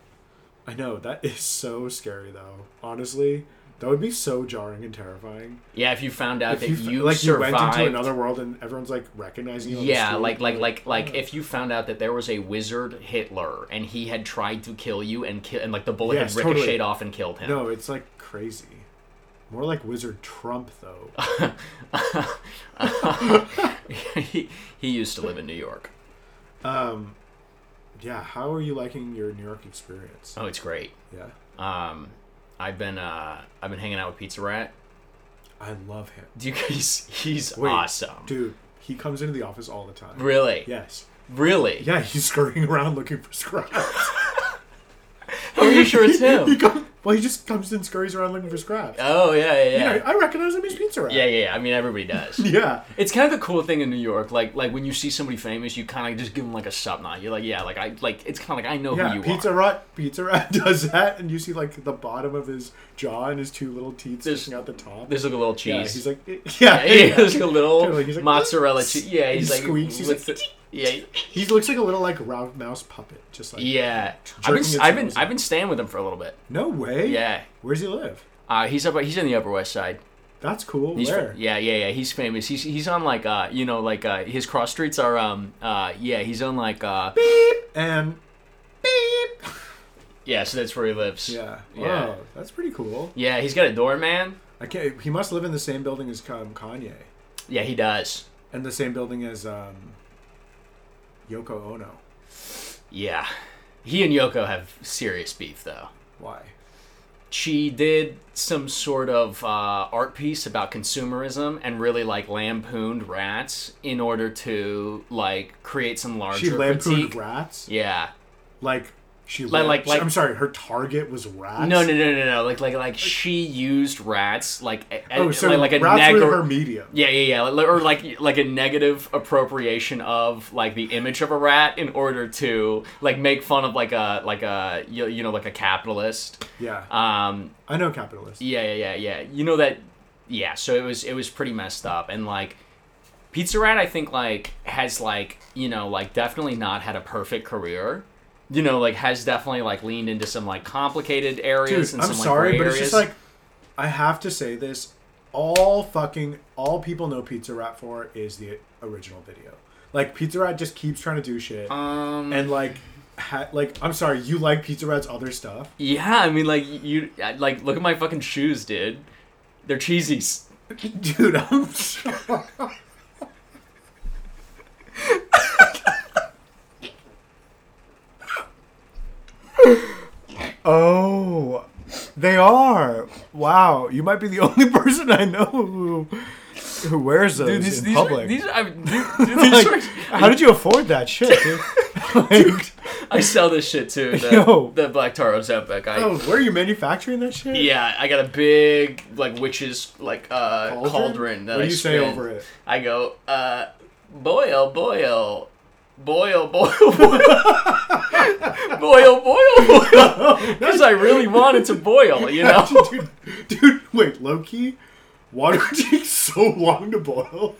B: i know that is so scary though honestly that would be so jarring and terrifying
C: Yeah, if you found out
B: if
C: that
B: you, f-
C: you,
B: like
C: survived.
B: you went into another world and everyone's like recognizing you on the
C: yeah,
B: street,
C: like like like like
B: yeah.
C: if you found out that there was a wizard Hitler and he had tried to kill you and kill and like the bullet
B: Yes,
C: had
B: totally.
C: ricocheted off and killed him.
B: no it's like crazy more like wizard trump though
C: he, he used to live in New York.
B: Um, yeah. How are you liking your New York experience?
C: Oh, it's great.
B: Yeah,
C: Um, I've been uh I've been hanging out with Pizza Rat.
B: I love him.
C: Do you guys? He's
B: Wait,
C: awesome.
B: dude. He comes into the office all the time.
C: Really?
B: Yes.
C: Really?
B: Yeah, he's scurrying around looking for scraps.
C: Are you sure it's
B: he
C: him?
B: comes, well, he just comes and scurries around looking for scraps.
C: oh yeah yeah yeah.
B: I, I recognize him as Pizza Rat.
C: yeah, yeah, yeah. I mean, everybody does.
B: Yeah.
C: It's kind of the cool thing in New York, like like when you see somebody famous, you kind of just give them like a sub nod. You're like, yeah, like I like it's kind of like I know
B: Yeah,
C: who you
B: Pizza
C: are.
B: Rat, Pizza Rat does that, and you see like the bottom of his jaw and his two little teeth
C: There's-
B: sticking out the top.
C: There's like a little
B: yeah,
C: cheese.
B: he's like, eh, yeah,
C: yeah, yeah, there's like a little
B: Totally, he's like,
C: mozzarella cheese. Yeah,
B: He
C: he's like
B: squeaks, he's
C: what's
B: like,
C: the- yeah,
B: he looks like a little like Ralph Mouse puppet, just like.
C: yeah. I've
B: Jerking
C: been
B: his
C: I've been
B: nose
C: I've been staying with him for a little bit.
B: No way.
C: Yeah,
B: Where's he live?
C: uh, he's up he's in the Upper West Side.
B: That's cool.
C: He's
B: Where?
C: fa- yeah, yeah, yeah. He's famous. He's he's on like uh you know like uh his cross streets are um uh yeah he's on like uh
B: And beep.
C: yeah so that's where he lives.
B: Yeah.
C: yeah.
B: Wow, that's pretty cool.
C: Yeah, he's got a doorman.
B: I can't. He must live in the same building as um, Kanye,
C: Yeah, he does.
B: and the same building as um, Yoko Ono.
C: Yeah. He and Yoko have serious beef, though.
B: Why?
C: She did some sort of uh, art piece about consumerism and really like lampooned rats in order to like create some larger
B: She lampooned
C: critique.
B: rats.
C: yeah.
B: Like she.
C: Like-
B: lam-
C: like- like-
B: I'm sorry. Her target was rats.
C: No, no, no, no, no. Like, like, like she used rats like a,
B: Oh, so
C: like, like a
B: rats
C: neg-
B: were her medium.
C: Yeah, yeah, yeah. Or like like a negative appropriation of like the image of a rat in order to like make fun of like a like a you, you know like a capitalist.
B: Yeah.
C: Um,
B: I know capitalist.
C: Yeah, yeah, yeah, yeah. You know that. Yeah. So it was it was pretty messed up, and like, Pizza Rat, I think like has like you know like definitely not had a perfect career. You know, like has definitely like leaned into some like complicated areas
B: Dude,
C: and
B: I'm
C: some
B: sorry,
C: like,
B: but
C: gray
B: it's just
C: areas.
B: like I have to say this. All fucking all people know Pizza Rat for is the original video. Like Pizza Rat just keeps trying to do shit,
C: um
B: and like ha- like I'm sorry, you like Pizza Rat's other stuff.
C: Yeah, I mean, like you, I- like look at my fucking shoes, dude. They're cheesies.
B: Dude, I'm sorry. oh, they are. Wow, you might be the only person I know who who wears those
C: Dude, these,
B: in
C: these
B: public.
C: are these. Are, I, mean, dude, dude, these
B: Like,
C: are,
B: How did you afford that shit, dude? Like,
C: I sell this shit too. The,
B: Yo.
C: the Black Taros epic. I,
B: oh, where are you manufacturing that shit?
C: Yeah, I got a big like witch's like uh cauldron, that
B: what
C: I
B: do you say
C: spin.
B: over it?
C: I go, uh, boil, boil, boil, boil, boil, boil, boil, boil, because I really wanted to boil, you know.
B: dude, dude, wait, Loki, water takes so long to boil.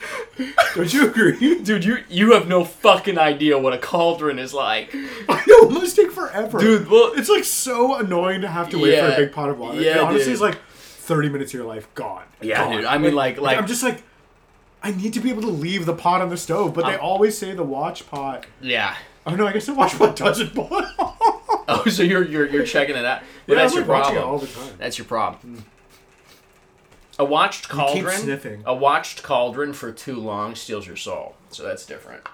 B: Don't you agree?
C: Dude, you you have no fucking idea what a cauldron is like.
B: I know it must take forever,
C: Dude, well-
B: it's like so annoying to have to wait for
C: Yeah.
B: a big pot of water. it
C: Yeah,
B: honestly,
C: dude.
B: it's like thirty minutes of your life gone.
C: Yeah,
B: Gone.
C: dude. I mean, like, like,
B: I'm just like, I need to be able to leave the pot on the stove, but they always say the watch pot.
C: yeah.
B: Oh no, I guess the watch pot doesn't boil.
C: Oh, so you're you're you're checking it out, but
B: Yeah,
C: that's
B: I'm,
C: your
B: like, watching it
C: problem.
B: all the time.
C: That's your
B: Hmm.
C: problem. A watched cauldron.
B: sniffing.
C: A watched cauldron for too long steals your soul. So that's different.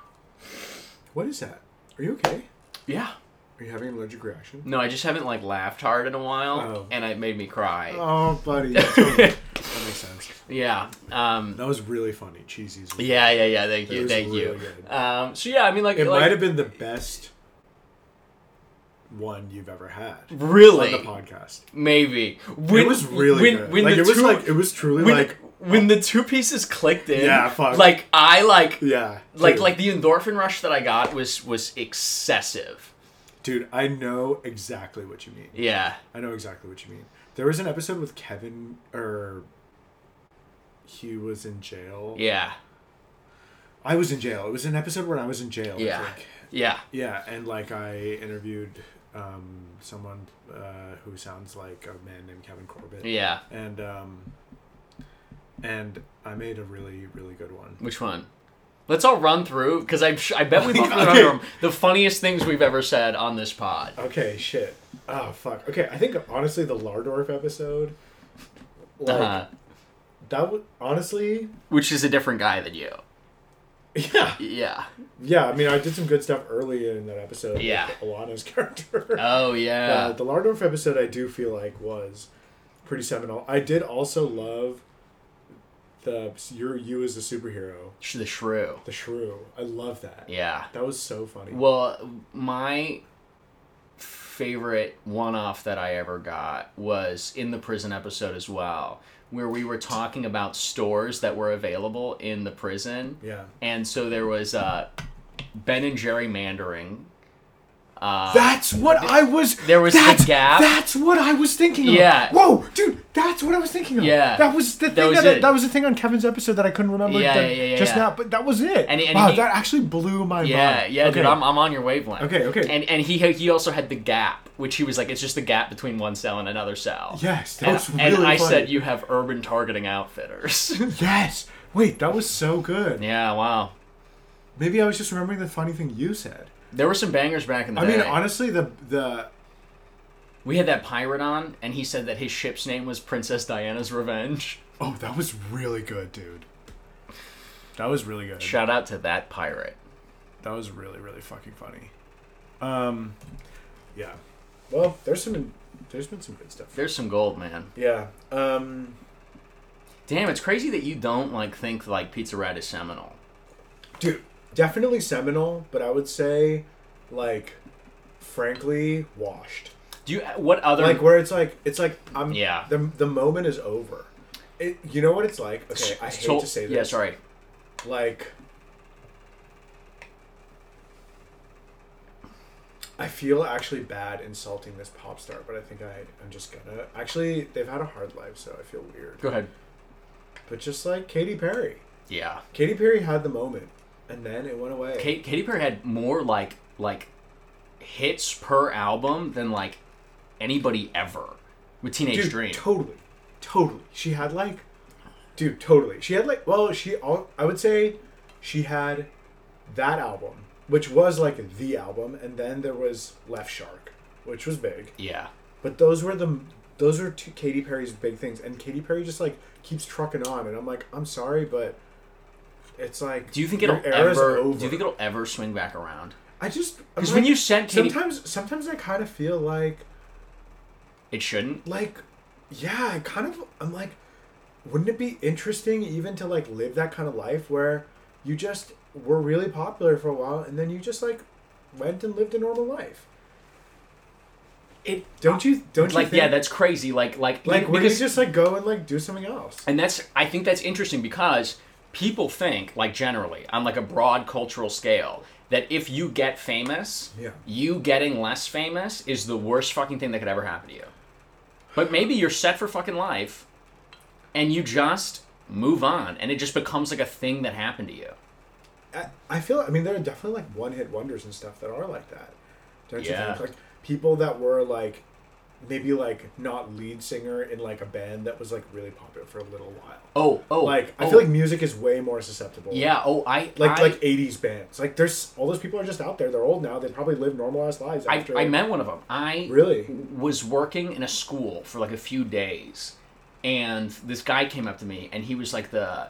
B: What is that? Are you okay?
C: Yeah.
B: Are you having an allergic reaction?
C: No, I just haven't like laughed hard in a while,
B: Oh.
C: and it made me cry.
B: Oh, buddy, that makes sense.
C: Yeah. Um,
B: That was really funny. Cheesy's.
C: yeah, yeah, yeah. Thank
B: It
C: you,
B: was
C: thank you.
B: really good.
C: Um, so yeah, I mean, like,
B: It
C: like
B: might have been the best one you've ever had on
C: really
B: the podcast.
C: maybe. When,
B: it was really
C: when,
B: good.
C: When
B: like
C: the
B: it was
C: two,
B: like it was truly
C: when,
B: like
C: when the two pieces clicked in.
B: Yeah, fuck.
C: Like I like
B: yeah.
C: like
B: dude,
C: like the endorphin rush that I got was was excessive.
B: dude, I know exactly what you mean.
C: Yeah.
B: I know exactly what you mean. There was an episode with Kevin or he was in jail.
C: Yeah.
B: I was in jail. It was an episode when I was in jail. I
C: Yeah.
B: think.
C: Yeah.
B: Yeah, and like I interviewed um, someone uh, who sounds like a man named Kevin Corbett.
C: Yeah.
B: And um, and I made a really really good one.
C: Which one? Let's all run through because I'm sh- I bet we both
B: Okay.
C: remember 'em. the funniest things we've ever said on this pod.
B: Okay, shit. Oh fuck. Okay, I think honestly the Lardorf episode. Like
C: Uh,
B: that was honestly.
C: which is a different guy than you.
B: Yeah.
C: Yeah.
B: Yeah. I mean, I did some good stuff early in that episode. with
C: Yeah.
B: Alana's character.
C: Oh
B: Uh,
C: yeah.
B: the Lardorf episode, I do feel like was pretty seminal. I did also love the your you as a superhero,
C: Sh- the shrew.
B: the shrew. I love that.
C: Yeah.
B: that was so funny.
C: Well, my favorite one-off that I ever got was in the prison episode as well, where we were talking about stores that were available in the prison.
B: yeah,
C: And so there was uh, Ben and Jerry Mandering. Uh,
B: that's what I was.
C: there was the
B: that's,
C: gap.
B: That's what I was thinking. Of.
C: Yeah.
B: Whoa, dude, that's what I was thinking of.
C: Yeah.
B: That was the thing. That
C: was
B: that,
C: it.
B: was the thing on Kevin's episode that I couldn't remember.
C: Yeah,
B: that-
C: yeah, yeah,
B: Just
C: yeah.
B: now, but that was it.
C: And- and
B: wow,
C: he-
B: that actually blew my
C: Yeah,
B: mind.
C: yeah,
B: okay.
C: dude, I'm, I'm on your wavelength.
B: Okay, okay.
C: And and he he also had the gap, which he was like, it's just the gap between one cell and another cell.
B: Yes, that
C: and,
B: was
C: and
B: really
C: I
B: funny.
C: said you have urban targeting outfitters.
B: Yes. Wait, that was so good.
C: yeah, wow.
B: Maybe I was just remembering the funny thing you said.
C: There were some bangers back in the
B: I
C: day.
B: mean, honestly, the the
C: we had that pirate on, and he said that his ship's name was Princess Diana's Revenge.
B: oh, that was really good, dude. That was really good.
C: Shout out to that pirate.
B: That was really really fucking funny. Um, yeah. Well, there's some there's been some good stuff.
C: There's some gold, man.
B: Yeah. Um,
C: Damn, it's crazy that you don't like think like Pizza Rat is seminal.
B: dude, definitely seminal, but I would say, like, frankly, washed.
C: Do you? What other?
B: Like where it's like it's like I'm
C: Yeah.
B: The the moment is over. It, you know what it's like? Okay, I hate
C: So-
B: to say this.
C: Yeah, sorry.
B: like I feel actually bad insulting this pop star, but I think I I'm just gonna. Actually, they've had a hard life, so I feel weird.
C: Go ahead.
B: But just like Katy Perry,
C: Yeah.
B: Katy Perry had the moment, and then it went away.
C: Kate, Katy Perry had more like like hits per album than like anybody ever with Teenage
B: dude,
C: Dream.
B: totally, totally. She had like, dude, totally. She had like, well, she all I would say, she had that album, which was like the album, and then there was Left Shark, which was big.
C: Yeah.
B: But those were the those were two Katy Perry's big things, and Katy Perry just like keeps trucking on, and I'm like, I'm sorry, but it's like,
C: Do you think
B: your
C: it'll
B: era's
C: ever?
B: Over.
C: Do you think it'll ever swing back around?
B: I just
C: Because when you sent Katy,
B: sometimes sometimes I kind of feel like
C: it shouldn't.
B: like yeah i kind of i'm like wouldn't it be interesting even to like live that kind of life where you just were really popular for a while and then you just like went and lived a normal life
C: It
B: don't you don't you
C: Ah, like
B: think,
C: yeah, that's crazy. Like like
B: like would you
C: because-
B: just like go and like do something else
C: and that's I think that's interesting because people think like generally on like a broad cultural scale that if you get famous,
B: Yeah.
C: you getting less famous is the worst fucking thing that could ever happen to you. But maybe you're set for fucking life, and you just move on, and it just becomes like a thing that happened to you.
B: I, I feel i mean there are definitely like one hit wonders and stuff that are like that don't
C: Yeah.
B: you think like people that were like maybe like not lead singer in like a band that was like really popular for a little while
C: Oh oh,
B: like i
C: oh,
B: feel like music is way more susceptible
C: yeah oh I
B: like
C: I,
B: like 80s bands like there's all those people are just out there they're old now they probably live normalized lives
C: I,
B: after
C: I met one of them. I
B: Really?
C: was working in a school for like a few days, and this guy came up to me, and he was like the,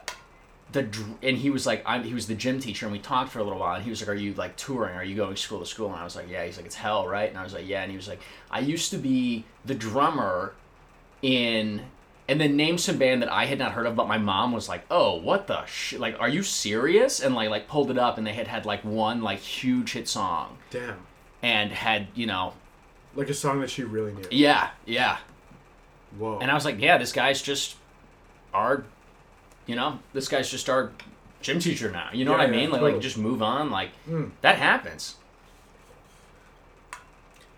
C: the dr- and he was like I'm, he was the gym teacher, and we talked for a little while, and he was like, "Are you like touring? Are you going school to school?" And I was like, "Yeah." He's like, "It's hell, right?" And I was like, "Yeah." And he was like, "I used to be the drummer in." And then named some band that I had not heard of, but my mom was like, "Oh, what the shit? Like, are you serious?" And like, like pulled it up, and they had had like one like huge hit song,
B: damn
C: and had you know
B: like a song that she really knew
C: yeah yeah
B: whoa
C: and i was like yeah this guy's just our you know this guy's just our gym teacher now you know what
B: Yeah,
C: i
B: yeah,
C: mean like,
B: totally. Hmm.
C: like just move on like that happens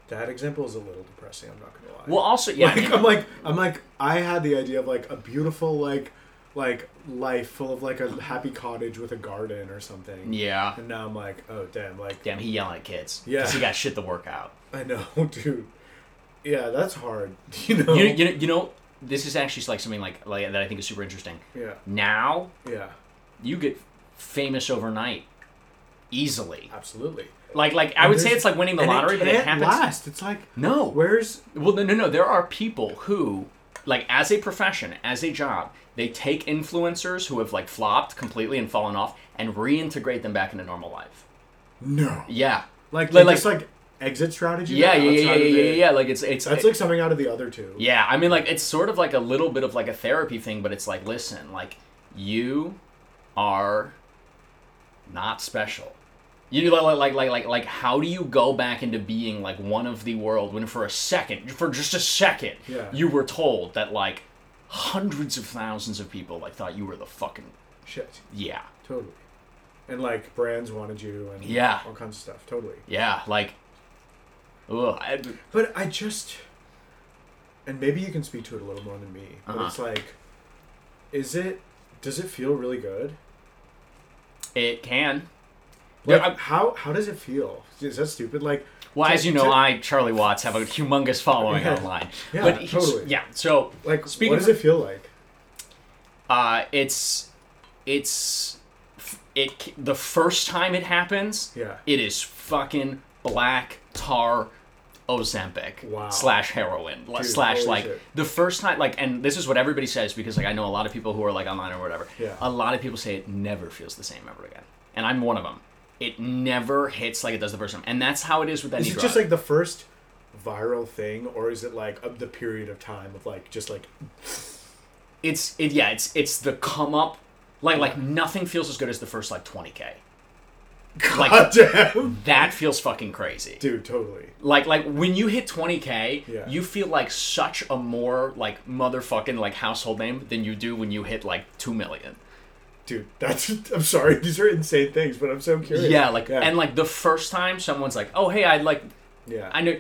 B: that example is a little depressing i'm not gonna lie
C: well also yeah I
B: like,
C: mean,
B: i'm like i'm like i had the idea of like a beautiful like like life full of like a happy cottage with a garden or something
C: yeah
B: and now i'm like oh damn like
C: damn he yelling at kids
B: Yeah.
C: because he got shit to work out
B: i know dude yeah that's hard you know
C: you, know- you, know, you know this is actually like something like, like that i think is super interesting
B: yeah
C: now
B: yeah
C: you get famous overnight easily
B: absolutely
C: like like i would say
B: there's-
C: it's like winning the
B: and
C: lottery
B: it
C: but
B: can't
C: it happens
B: last it's like
C: no
B: where's
C: Well, no, no, no. There are people who, like, as a profession, as a job, they take influencers who have like flopped completely and fallen off and reintegrate them back into normal life.
B: no
C: Yeah.
B: Like, like,
C: Like- like-
B: just like exit strategy.
C: Yeah, yeah, yeah, yeah,
B: outside of
C: yeah, yeah,
B: it.
C: yeah. Like it's it's
B: That's like something out of the other two.
C: yeah. I mean, like it's sort of like a little bit of like a therapy thing, but it's like, listen, like you are not special. You know, like, like, like, like, like, how do you go back into being like one of the world when for a second, for just a second,
B: Yeah.
C: you were told that like hundreds of thousands of people like thought you were the fucking
B: Shit.
C: yeah,
B: Totally. And like brands wanted you and
C: Yeah.
B: all kinds of stuff. Totally.
C: yeah, like, ugh, I,
B: But I just, and maybe you can speak to it a little more than me. But
C: Uh-huh.
B: it's like, is it? Does it feel really good?
C: it can.
B: Like,
C: Yeah, I-
B: how how does it feel? Is that stupid? Like,
C: Well,
B: to-
C: as you know,
B: to-
C: I Charlie Watts have a humongous following
B: Yeah.
C: online.
B: Yeah,
C: but he's-
B: totally.
C: Yeah, so
B: like
C: Speaking
B: what does
C: of-
B: it feel like?
C: uh, it's it's it c- the first time it happens.
B: Yeah.
C: it is fucking black tar. Ozempic
B: Wow.
C: slash heroin l-
B: Dude,
C: slash
B: holy
C: like
B: shit.
C: the first time like and this is what everybody says because like I know a lot of people who are like online or whatever.
B: Yeah.
C: A lot of people say it never feels the same ever again, and I'm one of them. It never hits like it does the first time, and that's how it is with that.
B: Is
C: new
B: it just
C: drug.
B: like the first viral thing, or is it like of the period of time of like just like
C: it's it yeah it's it's the come up like like nothing feels as good as the first like 20k like
B: damn,
C: that feels fucking crazy
B: dude, totally.
C: like like when you hit 20k
B: Yeah.
C: you feel like such a more like motherfucking like household name than you do when you hit like 2 million
B: dude that's i'm sorry these are insane things but i'm so curious
C: yeah like and like the first time someone's like oh hey i like
B: yeah
C: i know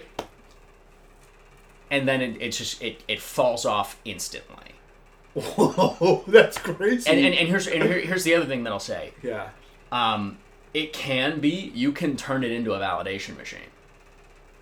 C: and then it, it's just it it falls off instantly
B: whoa that's crazy
C: and and, and here's and here, here's the other thing that i'll say
B: yeah
C: um, it can be you can turn it into a validation machine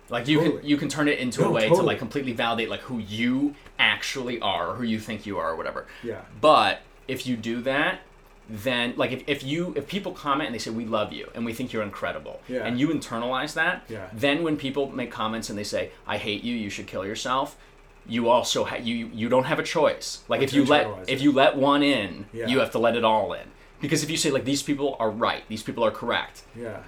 C: like you can
B: Totally.
C: you can turn it into a
B: No,
C: way to
B: totally.
C: like completely validate like who you actually are or who you think you are or whatever
B: Yeah.
C: but if you do that then like if, if you if people comment and they say we love you and we think you're incredible
B: Yeah.
C: and you internalize that
B: Yeah.
C: then when people make comments and they say i hate you you should kill yourself you also ha- you you don't have a choice like if
B: to
C: you let
B: internalize it.
C: if you let one in
B: Yeah.
C: you have to let it all in because if you say like these people are right these people are correct
B: Yeah.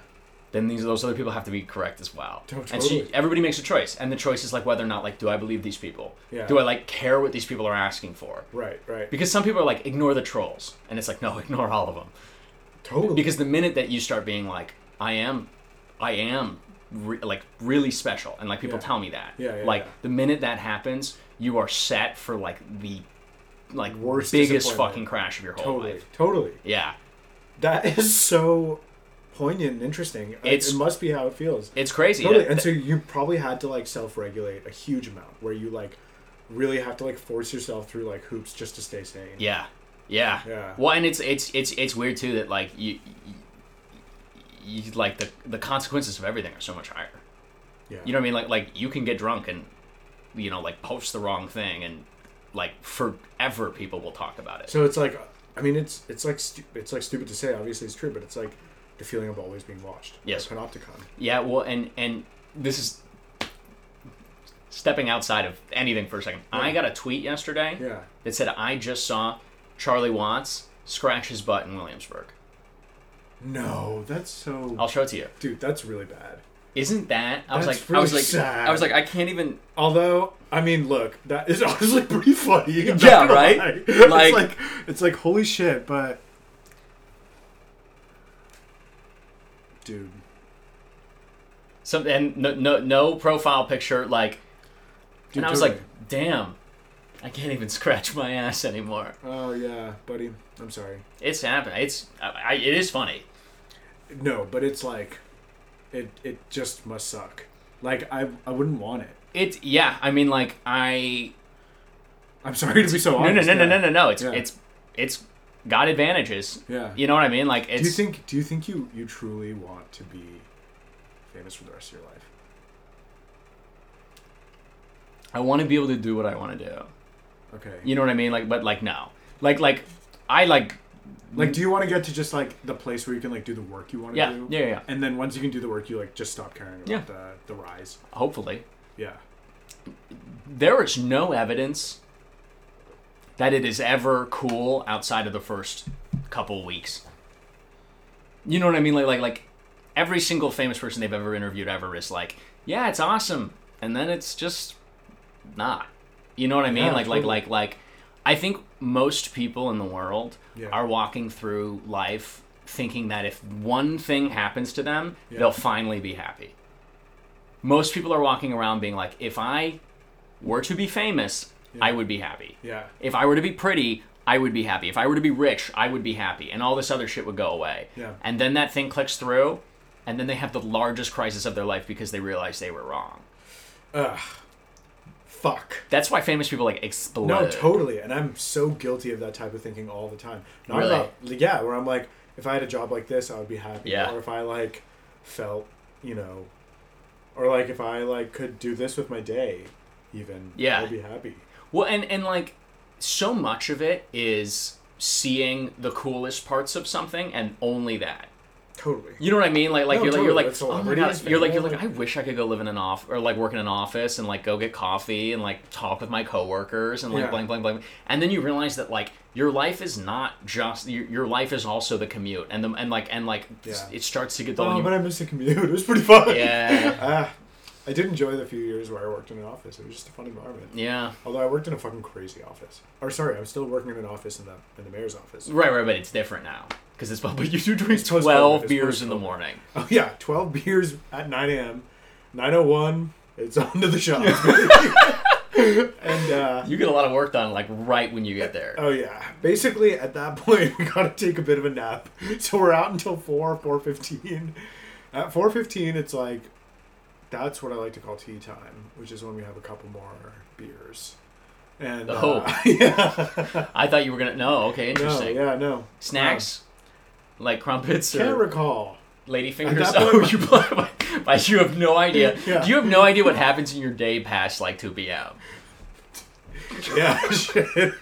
C: then these those other people have to be correct as well.
B: Totally.
C: And so you- everybody makes a choice, and the choice is like whether or not like do I believe these people?
B: Yeah.
C: Do I like care what these people are asking for?
B: Right. Right.
C: Because some people are like ignore the trolls, and it's like no, ignore all of them.
B: totally.
C: Because the minute that you start being like I am, I am re- like really special, and like people
B: Yeah.
C: tell me that,
B: Yeah, yeah,
C: like
B: yeah.
C: the minute that happens, you are set for like the like
B: Worst
C: biggest
B: disappointment.
C: fucking crash of your whole
B: totally.
C: life.
B: Totally.
C: Yeah.
B: That is so poignant and interesting. Like,
C: It's-
B: it must be how it feels.
C: It's crazy.
B: Totally.
C: That-
B: And so you probably had to like self-regulate a huge amount, where you like really have to like force yourself through like hoops just to stay sane.
C: Yeah. Yeah.
B: Yeah.
C: Well, and it's it's it's it's weird too that like you, you, you- like the the consequences of everything are so much higher.
B: Yeah.
C: You know what I mean? Like like you can get drunk and you know like post the wrong thing and like forever people will talk about it.
B: So it's like, I mean, it's it's like stu- it's like stupid to say. Obviously, it's true, but it's like the feeling of always being watched.
C: Yes.
B: Like Panopticon.
C: Yeah, well, and and this is stepping outside of anything for a second. I got a tweet yesterday
B: Yeah.
C: that said I just saw Charlie Watts scratch his butt in Williamsburg.
B: No, that's so.
C: I'll show it to you.
B: Dude, that's really bad.
C: Isn't that? I was
B: That's
C: like, I was
B: really
C: like,
B: sad.
C: I was like, I can't even.
B: Although, I mean, look, that is honestly pretty funny. I'm not
C: Yeah,
B: gonna lie.
C: right? Like-
B: it's like it's like holy shit, but dude,
C: some and no no, no profile picture like
B: Dude,
C: and i was
B: totally.
C: like damn i can't even scratch my ass anymore
B: oh yeah, buddy, I'm sorry.
C: it's happening it's I, I, it is funny
B: No, but it's like, it it just must suck. Like I I wouldn't want it.
C: it's yeah i mean like i
B: I'm sorry to be so
C: no no
B: honest.
C: no no
B: yeah.
C: no no no it's
B: Yeah.
C: it's it's got advantages
B: Yeah.
C: you know what i mean like
B: Do you
C: it's
B: think do you think you you truly want to be famous for the rest of your life?
C: i want to be able to do what i want to do
B: Okay.
C: you know what i mean like but like no like like i like
B: Like, do you want to get to just like the place where you can like do the work you want to
C: Yeah,
B: do?
C: yeah, yeah, yeah.
B: And then once you can do the work, you like just stop caring about
C: Yeah.
B: the the rise.
C: hopefully
B: Yeah.
C: there is no evidence that it is ever cool outside of the first couple weeks. You know what I mean? Like, like, like every single famous person they've ever interviewed ever is like, yeah, it's awesome, and then it's just not. You know what I mean?
B: Yeah,
C: like,
B: totally.
C: like, like, like. I think most people in the world
B: Yeah.
C: are walking through life thinking that if one thing happens to them, they'll finally be happy. Most people are walking around being like, if I were to be famous, I would be happy.
B: Yeah.
C: If I were to be pretty, I would be happy. If I were to be rich, I would be happy. And all this other shit would go away.
B: Yeah.
C: And then that thing clicks through, and then they have the largest crisis of their life because they realize they were wrong.
B: Ugh. Fuck.
C: That's why famous people like explode.
B: No, totally. And I'm so guilty of that type of thinking all the time. Not
C: Really?
B: about yeah, where I'm like, if I had a job like this, I would be happy.
C: Yeah.
B: Or if I like felt, you know, or like if I like could do this with my day, even
C: Yeah.
B: I'd be happy.
C: Well, and and like so much of it is seeing the coolest parts of something and only that.
B: Totally.
C: You know what I mean? Like, like
B: No,
C: you're
B: totally,
C: like, you're like,
B: it's
C: oh my
B: celebrity,
C: God.
B: it's
C: you're like,
B: family,
C: you're like,
B: like-
C: I wish I could go live in an off or like work in an office and like go get coffee and like talk with my coworkers and like
B: Yeah.
C: blank, blank, blank. And then you realize that like your life is not just your, your life is also the commute and the and like and like
B: Yeah.
C: it starts to get the
B: Oh, but I missed the commute. It was pretty fun.
C: yeah
B: Ah, I did enjoy the few years where I worked in an office. It was just a fun environment.
C: yeah
B: Although I worked in a fucking crazy office. Or sorry, I'm still working in an office in the in the mayor's office.
C: right right but it's different now because it's but you do drink
B: It's post-COVID,
C: twelve
B: it's
C: beers in the
B: post-COVID.
C: morning.
B: Oh yeah, twelve beers at nine a.m. Nine oh one. It's on to the shop. and uh,
C: You get a lot of work done like right when you get there.
B: oh yeah, basically at that point we gotta take a bit of a nap. So we're out until four four fifteen. At four fifteen, it's like that's what I like to call tea time, which is when we have a couple more beers. And uh,
C: Oh.
B: yeah,
C: I thought you were gonna no okay
B: no,
C: interesting
B: yeah, no
C: snacks. Like crumpets
B: Um,
C: or
B: can't recall.
C: Ladyfingers.
B: At that
C: Oh,
B: point-
C: you play. Why you have no idea.
B: Yeah.
C: Do you have no idea what happens in your day past like two p.m.
B: Yeah, shit.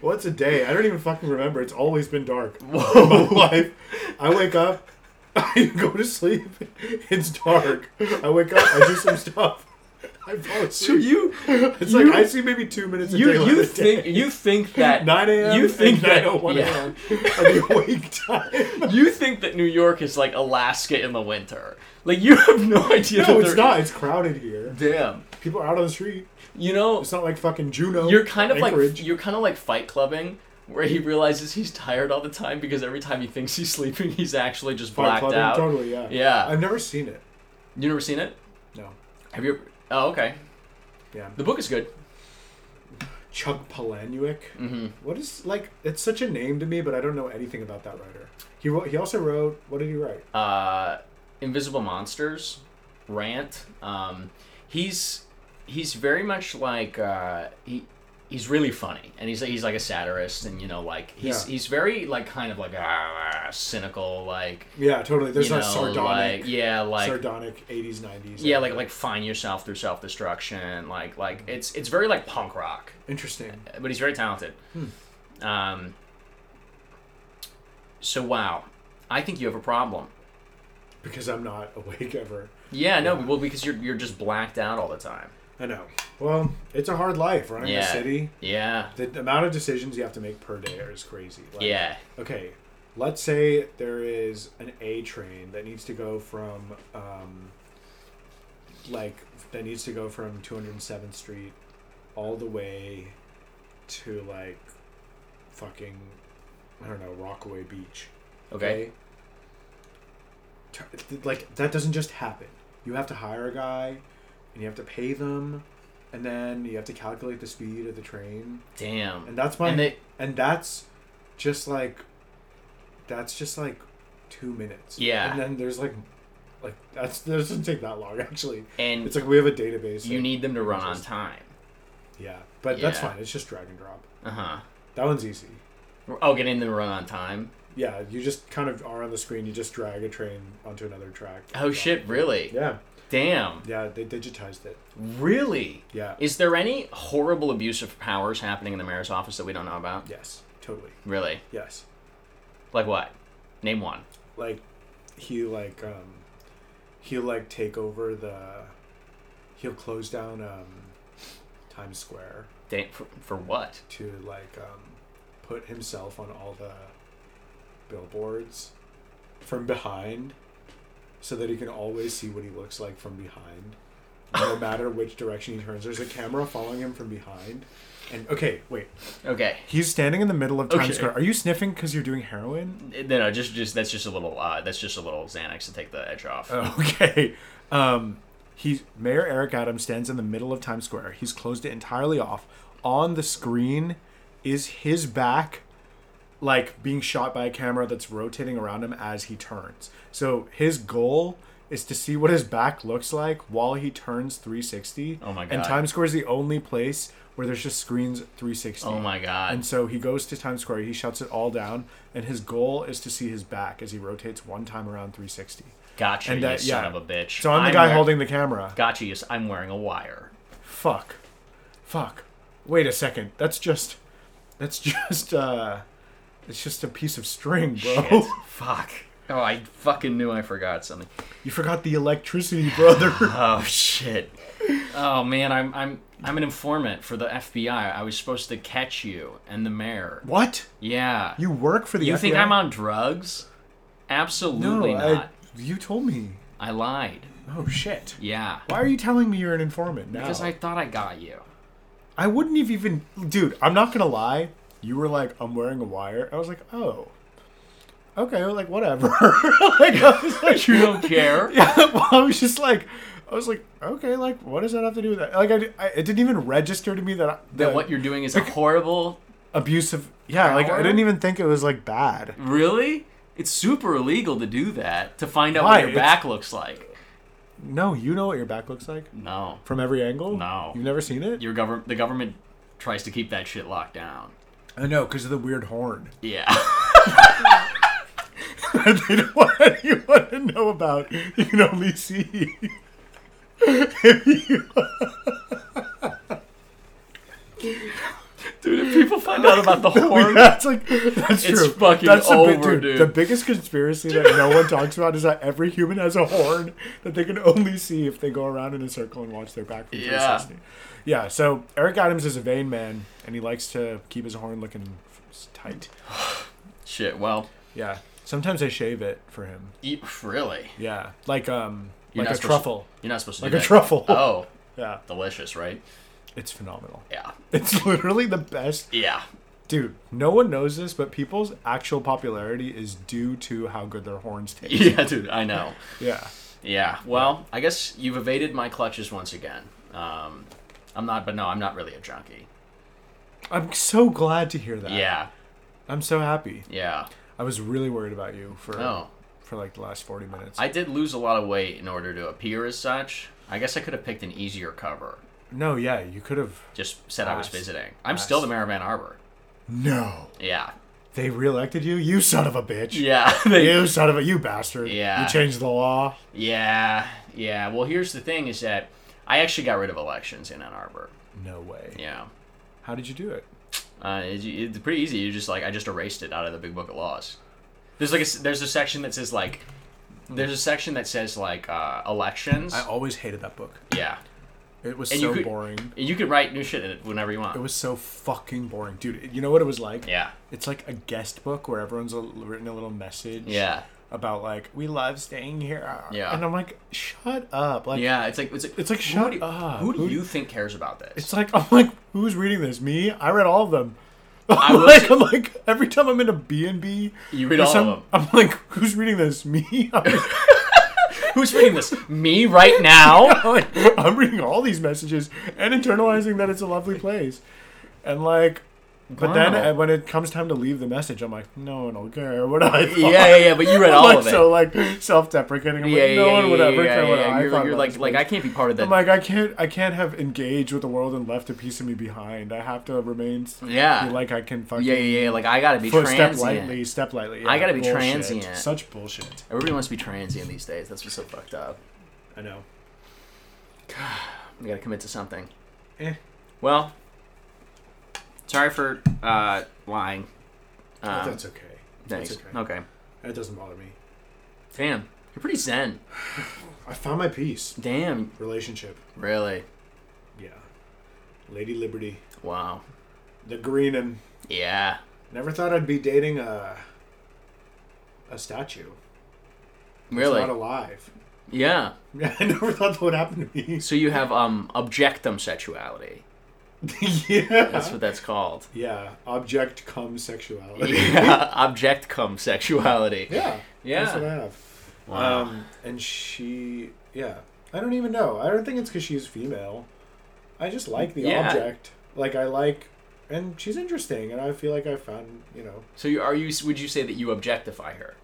B: What's a day? I don't even fucking remember. It's always been dark. Whoa. My life. I wake up, I go to sleep, it's dark. I wake up, I do some stuff. I fall
C: So
B: asleep.
C: you,
B: it's
C: you-
B: like I see maybe two minutes of
C: you,
B: daylight
C: you
B: a day.
C: think you think that
B: 9 a.m.
C: You think
B: and 9:01
C: that yeah.
B: a.m. are the awake time.
C: you think that New York is like Alaska in the winter. Like you have no idea.
B: No,
C: that
B: it's
C: there-
B: not. It's crowded here.
C: Damn.
B: People are out on the street.
C: You know,
B: It's not like fucking Juneau.
C: you're kind of
B: Anchorage.
C: like you're kind of like Fight Clubbing, where he realizes he's tired all the time because every time he thinks he's sleeping, he's actually just
B: Fight
C: blacked
B: Club,
C: out.
B: Totally, yeah.
C: Yeah.
B: I've never seen it.
C: You never seen it?
B: No.
C: Have you? Ever... Oh, okay.
B: Yeah.
C: The book is good.
B: Chuck Palahniuk.
C: Mm-hmm.
B: What is like? It's such a name to me, but I don't know anything about that writer. He wrote. He also wrote. What did he write?
C: Uh, Invisible Monsters, Rant. Um, he's he's very much like uh, he. He's really funny, and he's he's like a satirist, and you know, like he's
B: Yeah.
C: he's very like kind of like ah, cynical, like
B: Yeah, totally. There's
C: you
B: a
C: know,
B: sardonic,
C: like yeah, like
B: sardonic '80s, '90s.
C: yeah, like like find yourself through self destruction, like like it's it's very like punk rock,
B: interesting.
C: but he's very talented.
B: Hmm.
C: Um, so wow, I think you have a problem.
B: Because I'm not awake ever.
C: Yeah, no, well because you're you're just blacked out all the time.
B: I know. Well, it's a hard life running
C: Yeah.
B: a city.
C: Yeah,
B: The amount of decisions you have to make per day is crazy. Like,
C: yeah,
B: Okay, let's say there is an A train that needs to go from, um, like, that needs to go from 207th Street all the way to, like, fucking, I don't know, Rockaway Beach.
C: okay,
B: T- Like, that doesn't just happen. You have to hire a guy, and you have to pay them, and then you have to calculate the speed of the train
C: damn.
B: and that's my
C: And
B: and,
C: they-
B: that's just like that's just like two minutes
C: Yeah.
B: and then there's like like that's that doesn't take that long actually
C: And
B: it's like we have a database
C: you
B: like-
C: need them to run on time.
B: yeah but that's
C: Yeah.
B: fine it's just drag and drop
C: Uh huh.
B: that one's easy
C: Oh, getting them to run on time.
B: yeah you just kind of are on the screen you just drag a train onto another track
C: Oh shit, really?
B: yeah
C: Damn,
B: yeah they digitized it
C: really?
B: yeah
C: Is there any horrible abuse of powers happening in the mayor's office that we don't know about?
B: yes totally
C: Really?
B: yes
C: Like what? Name one.
B: like he like um he'll like take over the he'll close down um Times Square
C: Da- for, for what?
B: to like um put himself on all the billboards from behind so that he can always see what he looks like from behind no matter which direction he turns there's a camera following him from behind and okay wait
C: Okay.
B: he's standing in the middle of
C: Okay.
B: are you sniffing because you're doing heroin
C: No, no, just just that's just a little uh, that's just a little Xanax to take the edge off.
B: Oh. Okay. Um, he's Mayor Eric Adams stands in the middle of Times Square. He's closed it entirely off. On the screen is his back, like being shot by a camera that's rotating around him as he turns. So his goal is to see what his back looks like while he turns 360.
C: Oh my
B: And
C: God.
B: Times Square is the only place where there's just screens 360.
C: oh my god.
B: And so he goes to Times Square, he shuts it all down, and his goal is to see his back as he rotates one time around 360.
C: Gotcha,
B: and that-
C: you son
B: yeah.
C: of a bitch.
B: So I'm the guy
C: wear-
B: holding the camera.
C: Gotcha, you. s- I'm wearing a wire.
B: Fuck. Fuck. Wait a second. That's just. That's just. uh It's just a piece of string, bro.
C: Shit. Fuck. Oh, I fucking knew I forgot something.
B: You forgot the electricity, brother.
C: Oh shit. Oh man, I'm I'm I'm an informant for the FBI. I was supposed to catch you and the mayor.
B: what?
C: Yeah.
B: You work for the?
C: You think
B: FBI?
C: I'm on drugs?
B: No,
C: Absolutely
B: I,
C: not.
B: you told me.
C: I lied.
B: Oh shit.
C: Yeah.
B: Why are you telling me you're an informant now?
C: Because I thought I got you.
B: I wouldn't have even, dude. I'm not gonna lie. You were like, I'm wearing a wire. I was like, oh, okay, like whatever. like, I was like,
C: You don't care.
B: Yeah, well, I was just like, I was like, okay, like, what does that have to do with that? Like, I, di- I it didn't even register to me that I-
C: That what you're doing is a horrible.
B: abusive. Yeah, like I
C: Power?
B: didn't even think it was like bad.
C: Really? It's super illegal to do that to find out
B: Why?
C: what your
B: It's-
C: back looks like.
B: No, you know what your back looks like
C: No.
B: from every angle.
C: No.
B: you've never seen it.
C: Your government, the government, tries to keep that shit locked down.
B: I know because of the weird horn.
C: Yeah.
B: they don't want anyone to know about. You can only see. if you-
C: Dude, if people find out about the horn,
B: That's like that's
C: It's
B: true.
C: fucking
B: that's the big-
C: over, dude.
B: The biggest conspiracy that no one talks about is that every human has a horn that they can only see if they go around in a circle and watch their back from
C: Yeah.
B: 360. Yeah. So Eric Adams is a vain man, and he likes to keep his horn looking f- tight.
C: shit. Well,
B: Yeah. Sometimes they shave it for him.
C: e- really,
B: Yeah. Like um,
C: You're
B: like
C: not
B: a
C: supposed to-
B: truffle.
C: you're not supposed to
B: Like
C: do
B: a
C: that.
B: truffle.
C: Oh,
B: Yeah.
C: delicious, right?
B: It's phenomenal.
C: Yeah,
B: It's literally the best
C: yeah.
B: Dude, no one knows this, but people's actual popularity is due to how good their horns taste.
C: Yeah, dude, I know.
B: Yeah.
C: Yeah, well, I guess you've evaded my clutches once again. Um, I'm not, but no, I'm not really a junkie.
B: I'm so glad to hear that.
C: Yeah,
B: I'm so happy.
C: yeah.
B: I was really worried about you for
C: Oh,
B: for like the last 40 minutes.
C: I did lose a lot of weight in order to appear as such. I guess I could have picked an easier cover.
B: no, yeah, you could have.
C: Just said I was
B: Ass.
C: visiting. I'm still the mayor of Ann Arbor.
B: No.
C: Yeah,
B: They reelected you? You son of a bitch.
C: yeah. They-
B: You son of a you bastard.
C: Yeah.
B: You changed the law.
C: Yeah, yeah. Well, here's the thing: is that I actually got rid of elections in Ann Arbor.
B: No way.
C: Yeah,
B: How did you do it?
C: uh, it's, it's pretty easy. You just like I just erased it out of the Big Book of Laws. There's like a, s- there's a section that says like there's a section that says like uh, elections.
B: I always hated that book.
C: yeah,
B: It was
C: And you
B: so
C: could-
B: boring.
C: you can write new shit in it whenever you want.
B: It was so fucking boring. Dude, you know what it was like?
C: yeah,
B: It's like a guest book where everyone's a, written a little message.
C: yeah,
B: about like we love staying here.
C: Yeah.
B: And I'm like, shut up. Like
C: yeah. It's like it's like,
B: it's like
C: who
B: shut
C: do,
B: up.
C: who do
B: Who-
C: you think cares about this?
B: It's like I'm like, who's reading this? Me? I read all of them. I'm
C: will
B: like,
C: say-
B: I'm like every time I'm in a B and B
C: You read all of them.
B: I'm like, who's reading this? Me? I'm, like,
C: Who's reading this? Me right now?
B: I'm like, I'm reading all these messages and internalizing that it's a lovely place. And like but then
C: Wow.
B: uh, when it comes time to leave the message, I'm like, no one will care what I thought.
C: yeah, yeah, yeah. But you read
B: I'm
C: all
B: like,
C: of it.
B: So like self-deprecating. I'm
C: yeah,
B: like,
C: yeah,
B: no
C: yeah,
B: one would
C: yeah,
B: ever
C: yeah,
B: care what
C: yeah.
B: I
C: You're,
B: thought
C: you're
B: about
C: like
B: this
C: like
B: place.
C: I can't be part of that.
B: I'm like, I can't, I can't have engaged with the world and left a piece of me behind. I have to remain.
C: Yeah.
B: feel like I can fucking.
C: Yeah, yeah, yeah. Like I gotta be
B: foot-
C: transient.
B: Step lightly, step lightly.
C: I gotta be
B: Bullshit.
C: transient.
B: Such bullshit.
C: Everybody wants to be transient these days. That's what's so fucked up.
B: I know.
C: We gotta commit to something.
B: Eh.
C: Well, sorry for uh, lying. Um,
B: That's okay.
C: thanks.
B: That's okay.
C: okay.
B: That doesn't bother me.
C: Damn, you're pretty zen.
B: I found my peace.
C: Damn,
B: Relationship.
C: really?
B: Yeah. Lady Liberty,
C: Wow.
B: the green and
C: Yeah.
B: never thought I'd be dating a a statue.
C: Really?
B: It's not alive.
C: yeah.
B: Yeah, I never thought that would happen to me.
C: So you have um objectum sexuality.
B: yeah.
C: That's what that's called.
B: Yeah, object cum sexuality.
C: Yeah. Object cum sexuality.
B: Yeah.
C: Yeah.
B: That's what I have.
C: Wow.
B: Um, and she, yeah, I don't even know. I don't think it's because she's female. I just like the
C: Yeah.
B: object. Like I like, and she's interesting, and I feel like I found, you know,
C: So you are you? Would you say that you objectify her?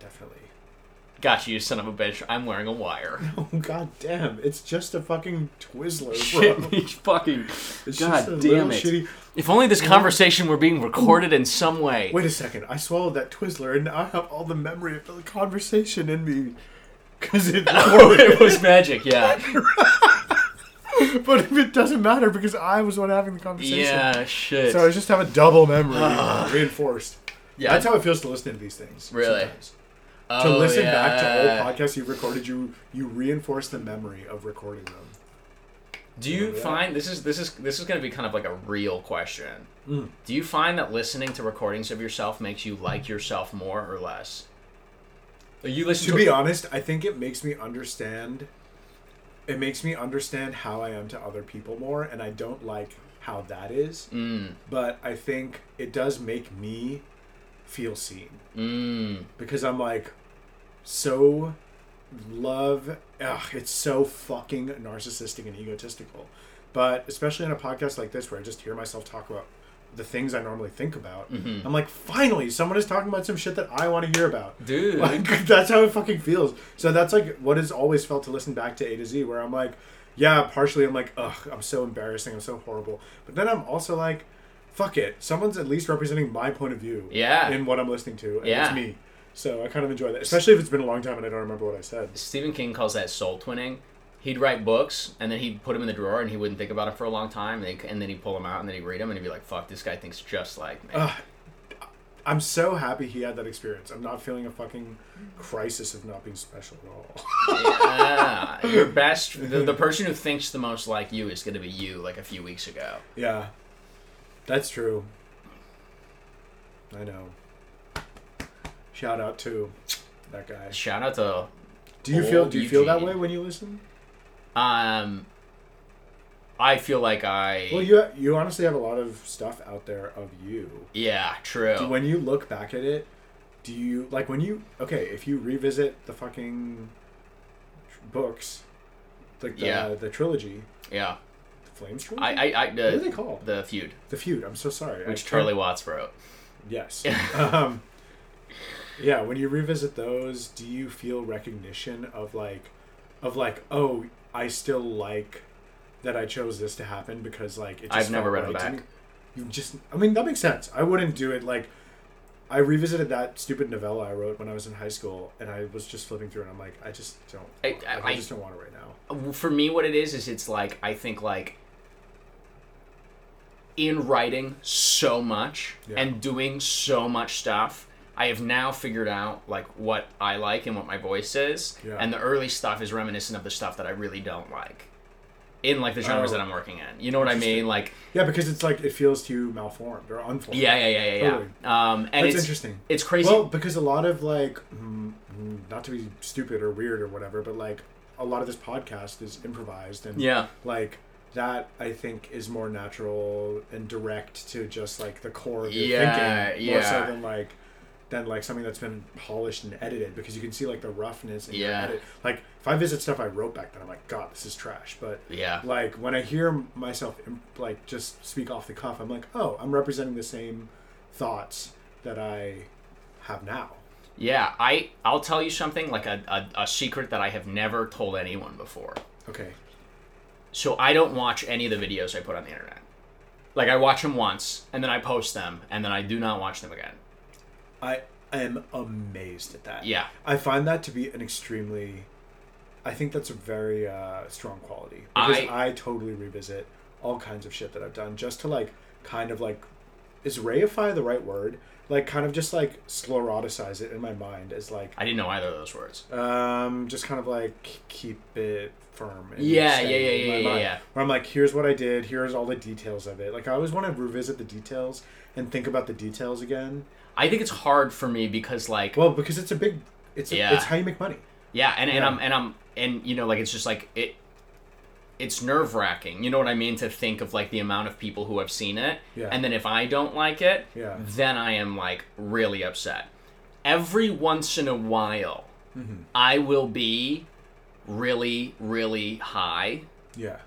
B: definitely.
C: Gotcha, you son of a bitch. I'm wearing a wire.
B: Oh god damn! It's just a fucking Twizzler, bro.
C: Shit, me fucking.
B: It's
C: God
B: just a
C: damn
B: little
C: it.
B: Shitty...
C: If only this conversation were being recorded in some way.
B: Wait a second! I swallowed that Twizzler, and now I have all the memory of the conversation in me. Cause it,
C: it was magic, yeah.
B: but if it doesn't matter because I was the one having the conversation.
C: Yeah, shit.
B: So I just have a double memory reinforced.
C: yeah.
B: That's how it feels to listen to these things.
C: Really?
B: sometimes. To
C: oh,
B: listen back
C: yeah.
B: to old podcasts you recorded, you you reinforce the memory of recording them.
C: Do you
B: Yeah.
C: find this is this is this is going to be kind of like a real question? Do you find that listening to recordings of yourself makes you like yourself more or less? Are you listen to,
B: To be honest, I think it makes me understand. It makes me understand how I am to other people more, and I don't like how that is. But I think it does make me feel seen.
C: Mm,
B: because I'm like so love ugh, it's so fucking narcissistic and egotistical. But especially on a podcast like this where I just hear myself talk about the things I normally think about, I'm like, finally, someone is talking about some shit that I want to hear about.
C: dude.
B: Like that's how it fucking feels. So that's like what has always felt to listen back to A to Z, where I'm like, yeah, partially I'm like, ugh, I'm so embarrassing, I'm so horrible. But then I'm also like, fuck it, someone's at least representing my point of view.
C: Yeah.
B: In what I'm listening to, and
C: Yeah.
B: it's me. So I kind of enjoy that, especially if it's been a long time and I don't remember what I said.
C: Stephen King calls that soul twinning. He'd write books and then he'd put them in the drawer and he wouldn't think about it for a long time. And, they, and then he'd pull them out and then he'd read them and he'd be like, "Fuck, this guy thinks just like me."
B: I'm so happy he had that experience. I'm not feeling a fucking crisis of not being special at all.
C: yeah, Ah, your best, the, the person who thinks the most like you is going to be you. Like a few weeks ago.
B: yeah, that's true. I know. Shout out to that guy.
C: Shout out to
B: Do you feel?
C: Old
B: Do you feel that
C: Eugene.
B: way when you listen?
C: um. I feel like I.
B: Well, you you honestly have a lot of stuff out there of you.
C: yeah, true.
B: Do- When you look back at it, do you like when you okay? If you revisit the fucking tr- books, like the
C: Yeah.
B: the trilogy,
C: yeah,
B: the Flames trilogy.
C: I, I, I the,
B: what are they called? The,
C: the feud,
B: feud. I'm so sorry. I
C: which
B: can't-
C: Charlie Watts wrote.
B: Yes. um, yeah. When you revisit those, do you feel recognition of like, of like, oh, I still like that I chose this to happen because like it just
C: I've
B: felt
C: never read 'em
B: right to
C: back.
B: me. You just, I mean, that makes sense. I wouldn't do it like. I revisited that stupid novella I wrote when I was in high school, and I was just flipping through, and I'm like, I just don't,
C: I-
B: like, I,
C: I- I-
B: just don't want it right now.
C: for me what it is is it's like i think like in writing so much
B: Yeah.
C: and doing so much stuff i have now figured out like what i like and what my voice is
B: Yeah.
C: and the early stuff is reminiscent of the stuff that i really don't like in like the genres
B: Oh.
C: that i'm working in you know what i mean like
B: Yeah, because it's like it feels too malformed or unformed.
C: yeah yeah yeah yeah, yeah.
B: Totally.
C: um and
B: that's
C: it's
B: interesting.
C: it's crazy
B: Well, because a lot of like, mm, mm, not to be stupid or weird or whatever, but like a lot of this podcast is improvised and
C: yeah
B: like that I think is more natural and direct to just like the core of your
C: Yeah,
B: thinking more so
C: yeah.
B: than like than like something that's been polished and edited because you can see like the roughness in your
C: Yeah.
B: edit. Like if I visit stuff I wrote back then, I'm like, God, this is trash. But
C: yeah
B: like when I hear myself im- like just speak off the cuff, I'm like, oh, I'm representing the same thoughts that I have now.
C: yeah i i'll tell you something like a, a, a secret that i have never told anyone before
B: Okay.
C: So I don't watch any of the videos I put on the internet. Like I watch them once and then I post them and then I do not watch them again.
B: I am amazed at that.
C: Yeah.
B: I find that to be an extremely I think that's a very uh, strong quality because I,
C: I-
B: totally revisit all kinds of shit that I've done just to like kind of like is reify the right word? Like kind of just like scleroticize it in my mind as like
C: I didn't know either of those words.
B: um, just kind of like keep it firm. And
C: Yeah,
B: steady
C: yeah, yeah,
B: in my
C: yeah, yeah,
B: mind.
C: yeah.
B: Where I'm like, here's what I did. Here's all the details of it. Like I always want to revisit the details and think about the details again.
C: I think it's hard for me because like
B: Well, because it's a big, it's a,
C: Yeah.
B: it's how you make money.
C: yeah, and, and
B: Yeah.
C: I'm and I'm and you know like it's just like it it's nerve wracking. You know what I mean to think of like the amount of people who have seen it
B: Yeah.
C: and then if I don't like it,
B: Yeah.
C: then I am like really upset. Every once in a while,
B: Mm-hmm.
C: I will be really really high
B: Yeah.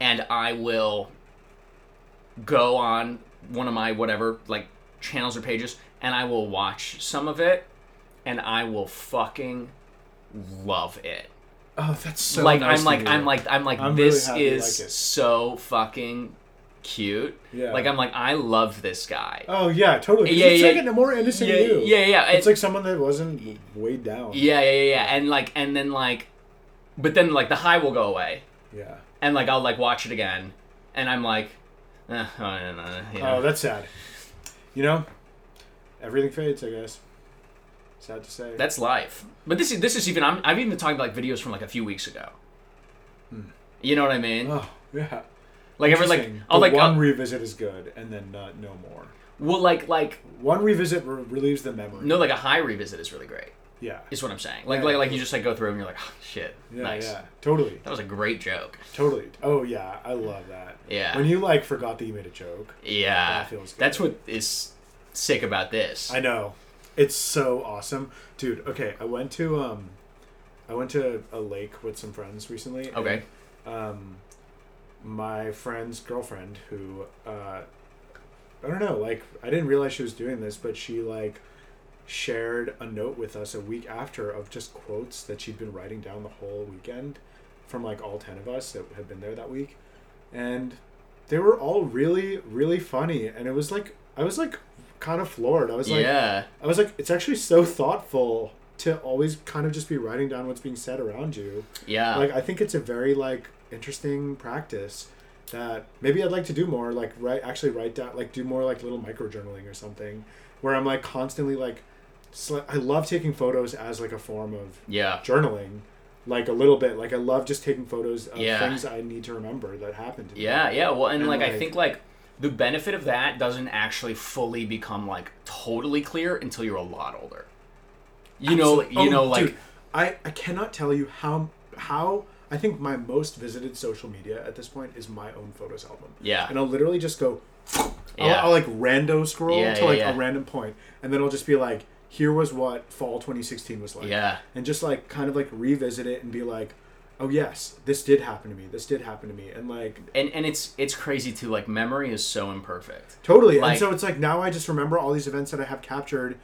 C: and I will go on one of my whatever like channels or pages and I will watch some of it and I will fucking love it.
B: Oh, that's so
C: like
B: nice
C: I'm
B: to
C: like
B: hear.
C: I'm like I'm like
B: I'm really
C: this
B: happy you
C: is
B: like it."
C: so fucking cute.
B: Yeah.
C: Like I'm like I love this guy.
B: Oh yeah, totally. 'Cause
C: Yeah,
B: it's
C: yeah.
B: like a more innocent
C: yeah,
B: you.
C: yeah, yeah.
B: It's like someone that wasn't weighed down.
C: yeah, yeah, yeah, yeah. And like and then like but then like the high will go away
B: Yeah.
C: and like I'll like watch it again and I'm like eh, oh, no, no, no, you know.
B: Oh, that's sad. You know, everything fades. I guess. Sad to say.
C: That's life. But this is this is even I'm I'm even talking about like videos from like a few weeks ago. You know what I mean?
B: Hmm. oh yeah.
C: like every like
B: Interesting.
C: I'll
B: But
C: like
B: one
C: I'll-
B: revisit is good, and then not no more.
C: well like like
B: One revisit re- relieves the memory.
C: no like a high revisit is really great.
B: Yeah.
C: Is what I'm saying. Like
B: Yeah.
C: like like you just like go through and you're like oh, shit
B: Yeah.
C: nice
B: Yeah. Totally.
C: that was a great joke.
B: Totally. Oh yeah, I love that.
C: Yeah.
B: When you like forgot that you made a joke.
C: Yeah,
B: That feels good.
C: that's what is sick about this.
B: I know. It's so awesome, dude. Okay, I went to um, I went to a lake with some friends recently. and,
C: okay.
B: um, my friend's girlfriend who uh, I don't know, like I didn't realize she was doing this, but she like shared a note with us a week after of just quotes that she'd been writing down the whole weekend from like all 10 of us that had been there that week and they were all really really funny and it was like I was like kind of floored. I was like
C: yeah.
B: I was like, it's actually so thoughtful to always kind of just be writing down what's being said around you.
C: Yeah.
B: Like I think it's a very like interesting practice that maybe I'd like to do more. Like write actually write down like do more like little micro journaling or something where I'm like constantly like. Sl- I love taking photos as like a form of
C: yeah.
B: journaling like a little bit like i love just taking photos of
C: Yeah.
B: things i need to remember that happened to me
C: Yeah, yeah. Well, and,
B: And,
C: like, I
B: like-
C: think like the benefit of that doesn't actually fully become like totally clear until you're a lot older. You know,
B: Absolutely.
C: you
B: Oh,
C: know, like
B: dude, I, I cannot tell you how how I think my most visited social media at this point is my own photos album.
C: Yeah.
B: and I'll literally just go. I'll,
C: Yeah.
B: I'll like rando scroll
C: Yeah,
B: to
C: yeah,
B: like
C: yeah.
B: a random point, and then I'll just be like, "Here was what fall 2016 was like."
C: Yeah.
B: and just like kind of like revisit it and be like, "Oh yes, this did happen to me. This did happen to me," and like
C: and and it's it's crazy too. Like memory is so imperfect.
B: Totally.
C: Like-
B: and so it's like now I just remember all these events that I have captured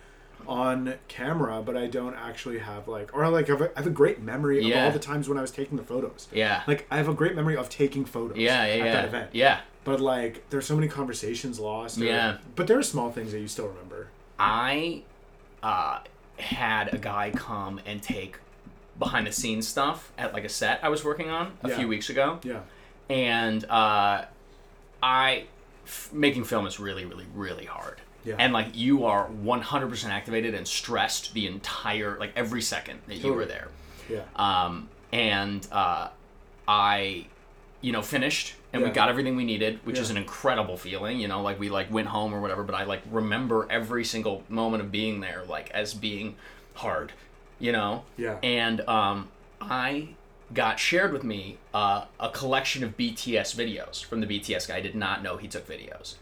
B: on camera, but I don't actually have like, or like I have a, I have a great memory of
C: Yeah.
B: all the times when I was taking the photos.
C: Yeah.
B: Like I have a great memory of taking photos.
C: Yeah, yeah,
B: at
C: yeah.
B: that event.
C: Yeah.
B: But like, there's so many conversations lost. or-
C: Yeah.
B: But there are small things that you still remember.
C: I uh, had a guy come and take behind the scenes stuff at like a set I was working on a
B: Yeah.
C: few weeks ago.
B: Yeah.
C: and uh, I f- making film is really, really, really hard.
B: Yeah.
C: And like you are 100% activated and stressed the entire like every second that you were
B: Totally.
C: there.
B: Yeah.
C: Um, and uh, I, you know, finished and we
B: Yeah.
C: got everything we needed, which is
B: Yeah.
C: an incredible feeling. You know, like we like went home or whatever, but I like remember every single moment of being there, like as being hard. You know.
B: Yeah.
C: And um, I got shared with me uh, a collection of BTS videos from the BTS guy. I did not know he took videos.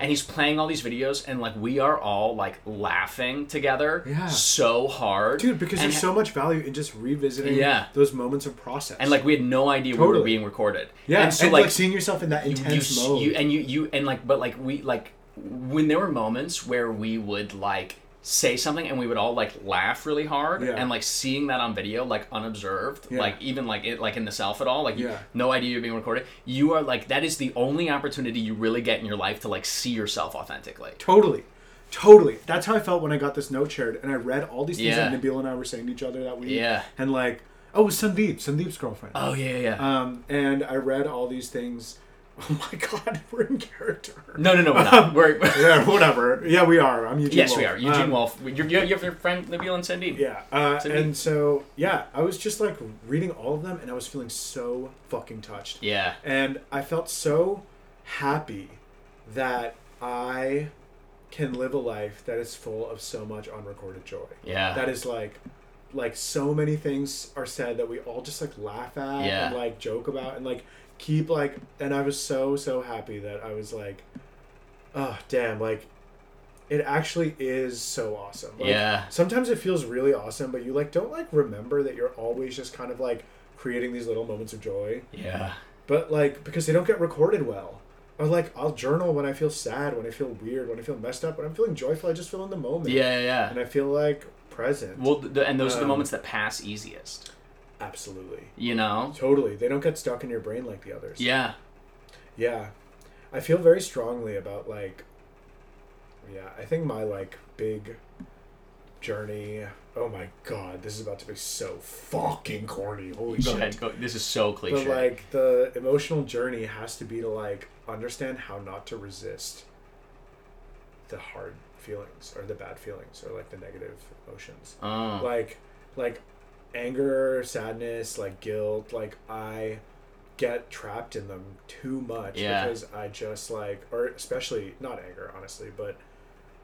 C: And he's playing all these videos, and like we are all like laughing together
B: Yeah.
C: so hard,
B: Dude, because
C: And
B: there's so much value in just revisiting
C: Yeah.
B: those moments of process.
C: and like we had no idea we were
B: Totally.
C: being recorded.
B: yeah,
C: and so like,
B: seeing yourself in that
C: you,
B: intense
C: s-
B: mode.
C: you and you you and like but like we like when there were moments where we would like say something and we would all like laugh really hard
B: Yeah.
C: and like seeing that on video like unobserved
B: Yeah.
C: like even like it like in the self at all like you-
B: Yeah.
C: no idea you're being recorded you are like that is the only opportunity you really get in your life to like see yourself authentically
B: Totally. Totally. That's how I felt when I got this note shared and I read all these things
C: Yeah.
B: that Nabil and I were saying to each other that week.
C: Yeah.
B: And like, oh, it was Sandeep, Sandeep's girlfriend.
C: oh yeah yeah
B: Um, and I read all these things. Oh my God, we're in character.
C: no no no we're not we're
B: yeah, whatever. Yeah, we are. I'm Eugene.
C: yes we
B: Wolf.
C: are Eugene
B: Um,
C: Wolf you you you have your friend Nabil and Sandeep
B: Yeah. Uh,
C: Sandeep.
B: and so, yeah, I was just like reading all of them and I was feeling so fucking touched.
C: yeah
B: And I felt so happy that I can live a life that is full of so much unrecorded joy.
C: Yeah.
B: That is like like so many things are said that we all just like laugh at
C: Yeah.
B: and like joke about and like keep like and I was so so happy that I was like oh damn like it actually is so awesome. Like,
C: Yeah.
B: Sometimes it feels really awesome but you like don't like remember that you're always just kind of like creating these little moments of joy
C: yeah
B: but like because they don't get recorded well or like i'll journal when i feel sad when i feel weird when i feel messed up when i'm feeling joyful i just feel in the moment
C: yeah yeah, yeah.
B: and i feel like present
C: well th- and those are the
B: Um,
C: moments that pass easiest
B: absolutely
C: you know
B: totally they don't get stuck in your brain like the others
C: yeah
B: yeah i feel very strongly about like yeah i think my like big journey oh my god this is about to be so fucking corny holy
C: Go
B: shit
C: ahead. Go. This is so
B: But
C: cliche.
B: like the emotional journey has to be to like understand how not to resist the hard feelings or the bad feelings or like the negative emotions.
C: oh.
B: Like like anger, sadness, like guilt, like I get trapped in them too much
C: Yeah.
B: because I just like or especially not anger honestly, but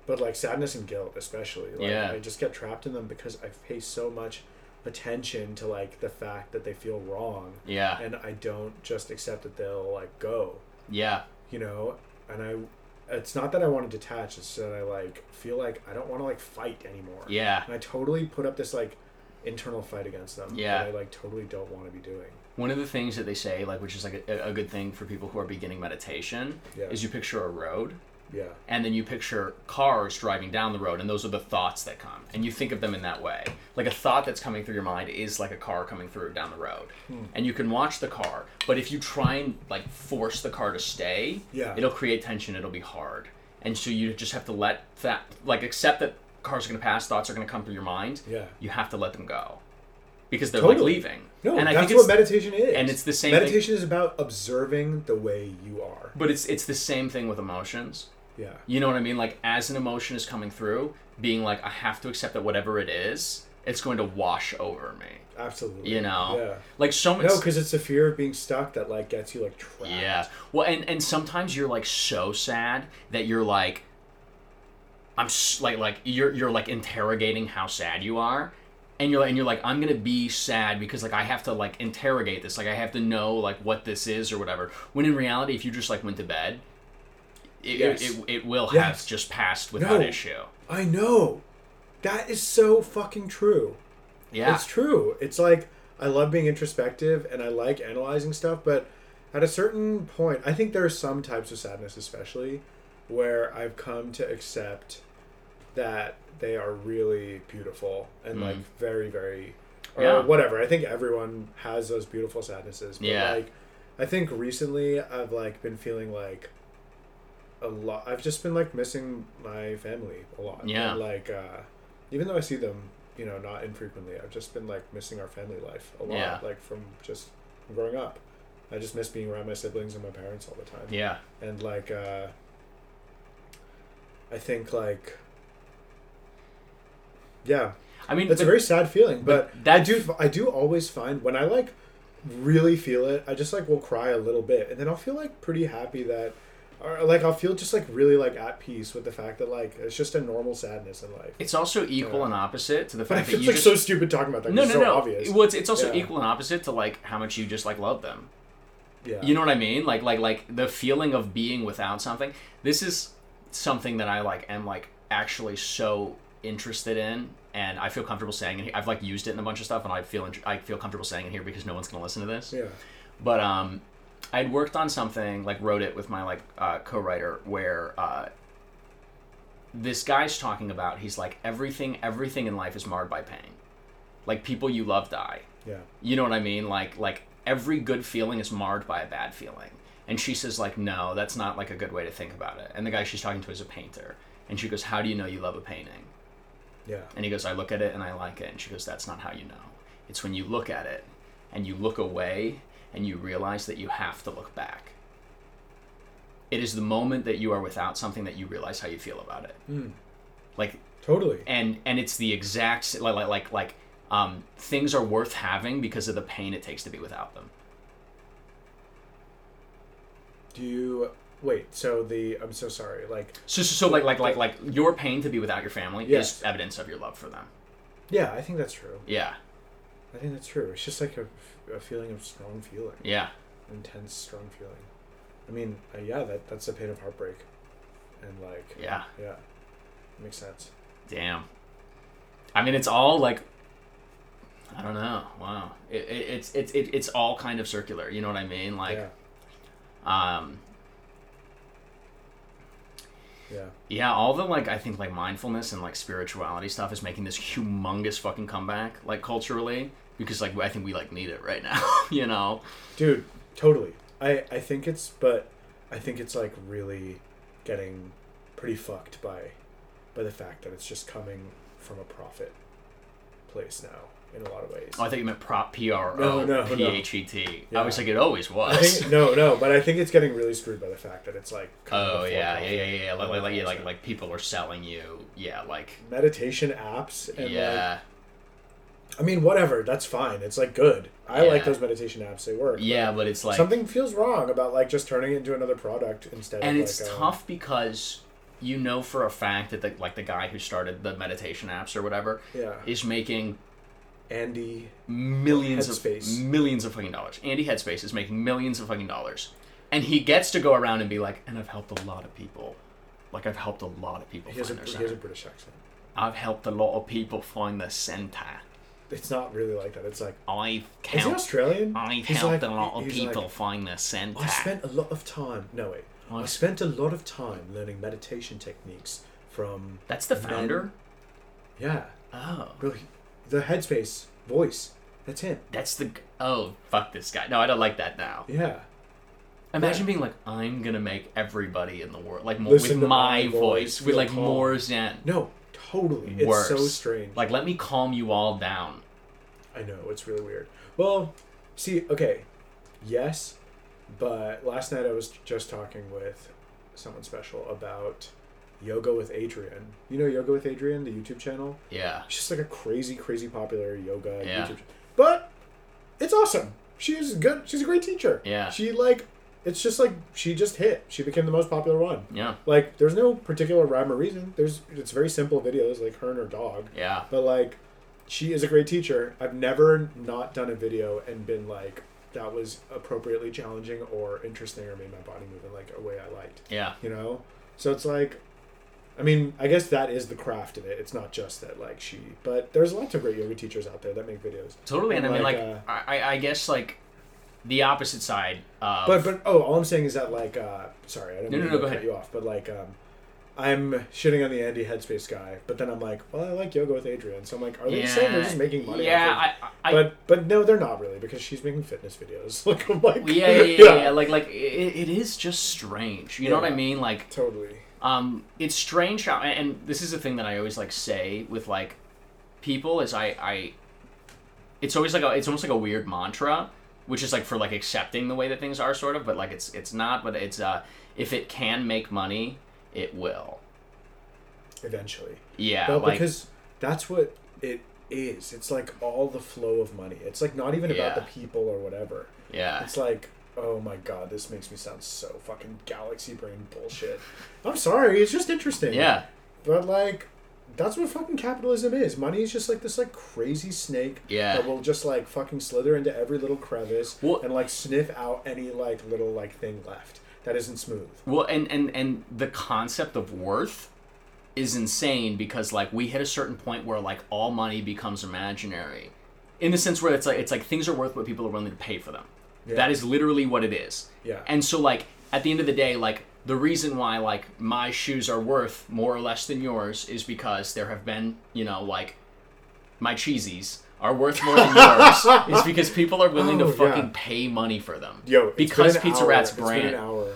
B: but like sadness and guilt especially. Like
C: Yeah.
B: I just get trapped in them because I pay so much attention to like the fact that they feel wrong
C: yeah.
B: and I don't just accept that they'll like go,
C: yeah.
B: you know. And I, it's not that I want to detach. It's that I like feel like I don't want to like fight anymore.
C: Yeah.
B: And I totally put up this like internal fight against them.
C: Yeah.
B: That I like totally don't want to be doing.
C: One of the things that they say, like, which is like a, a good thing for people who are beginning meditation,
B: Yeah.
C: is you picture a road,
B: Yeah.
C: and then you picture cars driving down the road, and those are the thoughts that come, and you think of them in that way. Like a thought that's coming through your mind is like a car coming through down the road,
B: Hmm.
C: and you can watch the car. But if you try and like force the car to stay,
B: Yeah.
C: it'll create tension. It'll be hard, and so you just have to let that, like, accept that cars are gonna pass, thoughts are gonna come through your mind.
B: Yeah.
C: You have to let them go, because they're like
B: Totally.
C: leaving.
B: No,
C: and I
B: that's
C: think
B: what
C: it's,
B: meditation is.
C: and it's the same thing-
B: Meditation is about observing the way you are.
C: but it's it's the same thing with emotions.
B: Yeah.
C: You know what I mean? Like as an emotion is coming through, being like, I have to accept that whatever it is, it's going to wash over me.
B: Absolutely.
C: You know,
B: Yeah.
C: like so much.
B: No, because it's the fear of being stuck that like gets you like trapped.
C: Yeah. Well, and and sometimes you're like so sad that you're like, I'm s- like like you're you're like interrogating how sad you are, and you're and you're like I'm gonna be sad because like I have to like interrogate this, like I have to know like what this is or whatever. When in reality, if you just like went to bed, it
B: Yes.
C: it, it, it will
B: Yes.
C: have just passed without
B: No.
C: issue.
B: I know. That is so fucking true.
C: Yeah.
B: It's true. It's like I love being introspective and I like analyzing stuff, but at a certain point, I think there are some types of sadness, especially, where I've come to accept that they are really beautiful and like very, very, or
C: Mm-hmm. Yeah.
B: whatever. I think everyone has those beautiful sadnesses. But
C: Yeah.
B: like, I think recently I've like been feeling like a lot. I've just been like missing my family a lot.
C: Yeah.
B: And, like, uh, even though I see them, you know, not infrequently, I've just been like missing our family life a lot.
C: Yeah.
B: Like from just growing up, I just miss being around my siblings and my parents all the time.
C: Yeah.
B: And like, uh, I think like, yeah,
C: I mean,
B: that's a
C: but-
B: very sad feeling. But,
C: but
B: I
C: that-
B: do, I do always find when I like really feel it, I just like will cry a little bit, and then I'll feel like pretty happy that, or like I'll feel just like really like at peace with the fact that like it's just a normal sadness in life.
C: it's also equal and opposite to the
B: But I
C: fact
B: feel like
C: that you just
B: so stupid talking about that.
C: no
B: 'cause
C: no
B: it's so
C: no.
B: obvious.
C: Well, it's it's also
B: Yeah.
C: equal and opposite to like how much you just like love them.
B: yeah.
C: You know what I mean? Like like like the feeling of being without something. This is something that I like am like actually so interested in and I feel comfortable saying it. here. I've like used it in a bunch of stuff and I feel int- I feel comfortable saying it here because no one's going to listen to this.
B: Yeah.
C: But um I'd worked on something like wrote it with my like uh, co-writer where uh this guy's talking about he's like everything everything in life is marred by pain. Like people you love die.
B: Yeah.
C: You know what I mean? Like like every good feeling is marred by a bad feeling. And she says like no, that's not like a good way to think about it. And the guy she's talking to is a painter. And she goes, "How do you know you love a painting?"
B: Yeah.
C: And he goes, "I look at it and I like it." And she goes, "That's not how you know. It's when you look at it and you look away and you realize that you have to look back." It is the moment that you are without something that you realize how you feel about it. Like
B: Totally.
C: and and it's the exact s- like like like, like um, things are worth having because of the pain it takes to be without them.
B: Do you wait? So the I'm so sorry. Like
C: So so, so like like like like your pain to be without your family
B: Yes.
C: is evidence of your love for them.
B: yeah, I think that's true.
C: Yeah,
B: I think that's true. It's just like a, a feeling of strong feeling,
C: yeah,
B: intense strong feeling. I mean, uh, yeah, that that's the pain of heartbreak, and like
C: yeah.
B: yeah, makes sense.
C: Damn. I mean, it's all like. I don't know. Wow, it, it, it's it's it, it's all kind of circular. You know what I mean? Like,
B: yeah.
C: um,
B: Yeah.
C: yeah, all the like I think like mindfulness and like spirituality stuff is making this humongous fucking comeback like culturally because like I think we like need it right now. you know?
B: dude totally i i think it's but i think it's like really getting pretty fucked by by the fact that it's just coming from a profit place now in a lot of ways
C: Oh, I thought you meant prop P R
B: No, no,
C: O
B: no.
C: P H E T. I
B: Yeah.
C: was like, it always was.
B: I think, no no but i think it's getting really screwed by the fact that it's like coming
C: oh
B: before
C: yeah, yeah,
B: profit.
C: yeah, yeah, yeah. Like, like, like, yeah,
B: Yeah.
C: like, like people are selling you. Yeah, like,
B: meditation apps and
C: yeah.
B: like i mean whatever that's fine it's like good i like
C: Yeah.
B: those meditation apps they work
C: Yeah, but it's like
B: something feels wrong about like just turning it into another product instead
C: and
B: of
C: it's
B: like, um,
C: tough because you know for a fact that the, like the guy who started the meditation apps or whatever
B: Yeah.
C: is making
B: andy
C: millions of
B: Headspace.
C: millions of fucking dollars. Andy Headspace is making millions of fucking dollars. And he gets to go around and be like, and I've helped a lot of people. Like I've helped a lot of people
B: he has, a,
C: find their
B: he has a
C: center.
B: british accent
C: I've helped a lot of people find their center.
B: it's not really like that it's like
C: I've
B: Is he
C: count,
B: Australian?
C: I've
B: He's
C: helped
B: like-
C: a lot of
B: he's
C: people
B: like,
C: find their center.
B: I spent a lot of time. No wait. i
C: I've-
B: spent a lot of time learning meditation techniques from.
C: That's the
B: men."
C: founder.
B: Yeah.
C: Oh.
B: No, he- the headspace voice. That's him.
C: That's the oh fuck this guy. No, I don't like that now.
B: Yeah.
C: Imagine being like, I'm gonna make everybody in the world like more,
B: Listen
C: with
B: to
C: my
B: my
C: voice,
B: voice,
C: with
B: feel
C: like
B: calm.
C: more zen.
B: No. totally. It's
C: worse.
B: so strange.
C: Like, let me calm you all down.
B: I know it's really weird. Well, see, okay, yes, but last night I was just talking with someone special about yoga with Adrian. You know yoga with Adrian, the YouTube channel.
C: Yeah.
B: She's just like a crazy, crazy popular yoga
C: Yeah.
B: YouTube. But it's awesome. She's good. She's a great teacher.
C: Yeah.
B: She like, it's just like she just hit. She became the most popular one.
C: Yeah.
B: Like, there's no particular rhyme or reason. There's it's very simple videos like her and her dog.
C: Yeah.
B: But like, she is a great teacher. I've never not done a video and been like, that was appropriately challenging or interesting or made my body move in like a way I liked.
C: Yeah.
B: You know? So it's like, I mean, I guess that is the craft of it. It's not just that like she, but there's lots of great yoga teachers out there that make videos.
C: Totally. And I mean,
B: Like,
C: like,
B: uh,
C: I, I- I guess, like, the opposite side of.
B: But but oh, all I'm saying is that like, uh, sorry, I didn't
C: No, no,
B: mean
C: no,
B: to
C: go
B: cut
C: ahead.
B: you off, but like, um, I'm shitting on the Andy Headspace guy, but then I'm like, well, I like yoga with Adrian, so I'm like, are they saying they're just making money? off of-
C: Yeah. I, I, I,
B: but but no, they're not really because she's making fitness videos. Like I'm like
C: yeah, yeah, yeah, yeah, Like, like it, it is just strange. You know what I
B: Yeah.
C: mean? Like,
B: totally.
C: um, it's strange how, and and this is the thing that I always like say with like people is I, I, it's always like a, it's almost like a weird mantra, which is like for like accepting the way that things are, sort of, but like it's it's not, but it's uh, if it can make money, it will.
B: Eventually,
C: Yeah,
B: well,
C: like
B: because that's what it is. It's like all the flow of money. It's like not even about
C: Yeah.
B: the people or whatever.
C: yeah,
B: It's like, oh my god, this makes me sound so fucking galaxy brain bullshit. I'm sorry, it's just interesting.
C: yeah,
B: But like that's what fucking capitalism is. Money is just like this like crazy snake
C: Yeah.
B: that will just like fucking slither into every little crevice
C: Well-
B: and like sniff out any like little like thing left that isn't smooth.
C: well, and and and the concept of worth is insane because like we hit a certain point where like all money becomes imaginary, in the sense where it's like it's like things are worth what people are willing to pay for them.
B: Yeah.
C: That is literally what it is.
B: Yeah.
C: And so like at the end of the day, like the reason why like my shoes are worth more or less than yours is because there have been, you know, like my cheesies are worth more than yours is because people are willing
B: Oh,
C: to fucking
B: yeah.
C: pay money for them.
B: Yo, it's
C: because
B: been an
C: Pizza
B: hour.
C: Rat's
B: It's been an
C: brand.
B: hour.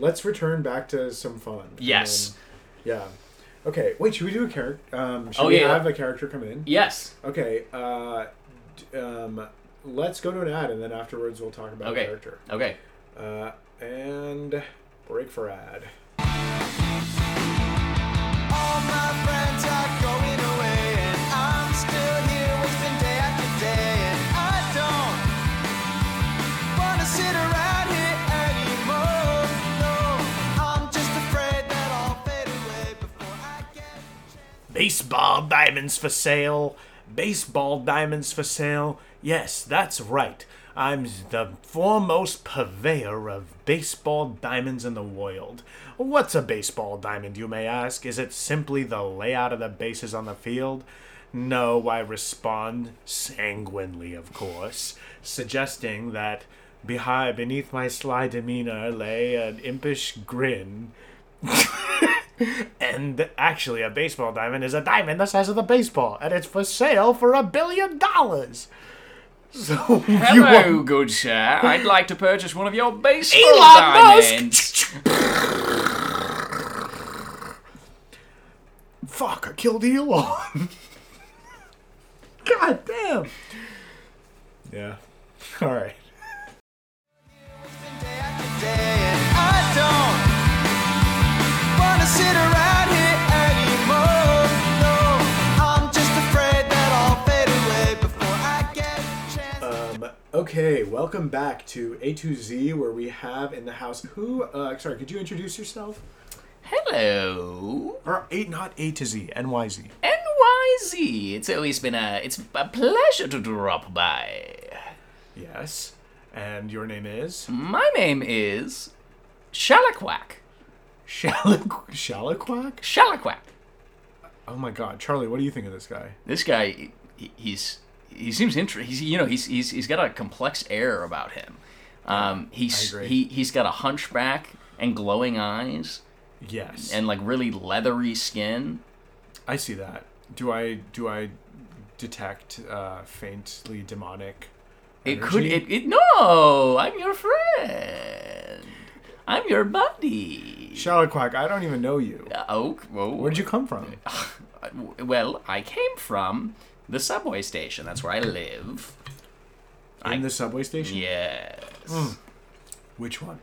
B: Let's return back to some fun.
C: Yes.
B: Um, yeah. Okay. Wait. Should we do a character? Um, should
C: Oh,
B: we
C: yeah.
B: have a character come in?
C: Yes.
B: Okay. Uh, d- um, let's go to an ad, and then afterwards we'll talk about
C: Okay.
B: character.
C: Okay.
B: Uh, and break for ad.
D: All my friends are going away, and I'm still here wasting day after day, and I don't wanna sit around here anymore. No, I'm just afraid that I'll fade away before I get.
B: Baseball diamonds for sale. Baseball diamonds for sale. Yes, that's right. I'm the foremost purveyor of baseball diamonds in the world. What's a baseball diamond, you may ask? Is it simply the layout of the bases on the field? No, I respond sanguinely, of course, suggesting that behi- beneath my sly demeanor lay an impish grin. And actually, a baseball diamond is a diamond the size of the baseball, and it's for sale for a billion dollars. So you
A: Hello,
B: want
A: good sir. I'd like to purchase one of your baseball
B: Elon Musk!
A: diamonds.
B: fuck? I killed Elon. God damn. Yeah. All right.
D: Day after day, and I don't wanna sit around here anymore. No, I'm just afraid that I'll fade away before I get a chance.
B: Um, okay, welcome back to A2Z, where we have in the house who? Uh, sorry, could you introduce yourself?
A: Hello.
B: Or eight, not A to Z, NYZ.
A: NYZ. It's always been a it's a pleasure to drop by.
B: Yes. Mm-hmm. And your name is
A: My name is Shalaquack.
B: Shallaq Shallaqquack.
A: Shalaquack.
B: Oh my God, Charlie, what do you think of this guy?
A: This guy, he, he's he seems interesting. He's you know he's he's he's got a complex air about him. Um, he's
B: agree.
A: he he's got a hunchback and glowing eyes
B: Yes.
A: and like really leathery skin.
B: I see that. Do I do I detect uh, faintly demonic?
A: It could.
B: energy?
A: It, it no. I'm your friend. I'm your buddy.
B: Shalloquack, I don't even know you.
C: Oak. Whoa.
B: Where'd you come from?
C: Well, I came from the subway station. That's where I live. I-
B: In the subway station?
C: Yes.
B: Which one?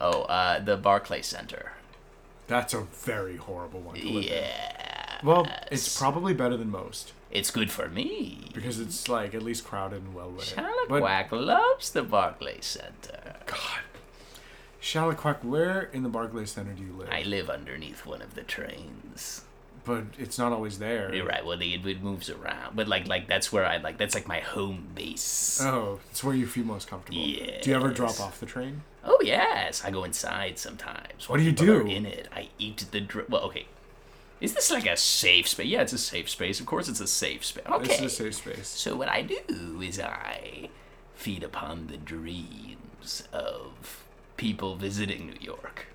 C: Oh, uh, the Barclay Center.
B: That's a very horrible one to live in.
C: Yeah.
B: Well, it's probably better than most
C: It's good for me.
B: because it's like at least crowded and well lit. But
C: Shalloquack loves the Barclay Center.
B: God, Shalloquack, where in the Barclays Center do you live?
C: I live underneath one of the trains.
B: but it's not always there.
C: You're right. Well, they, it moves around, but like, like that's where I like. That's like my home base.
B: Oh, it's where you feel most comfortable. Do you ever drop
C: Yes.
B: off the train?
C: Oh yes, I go inside sometimes.
B: What do you
C: people are
B: do?
C: in it? I eat the dr- well. Okay, is this like a safe space? Yeah, it's a safe space. Of course, it's a safe space. Okay.
B: This is a safe space.
C: So what I do is I feed upon the dreams of people visiting New York,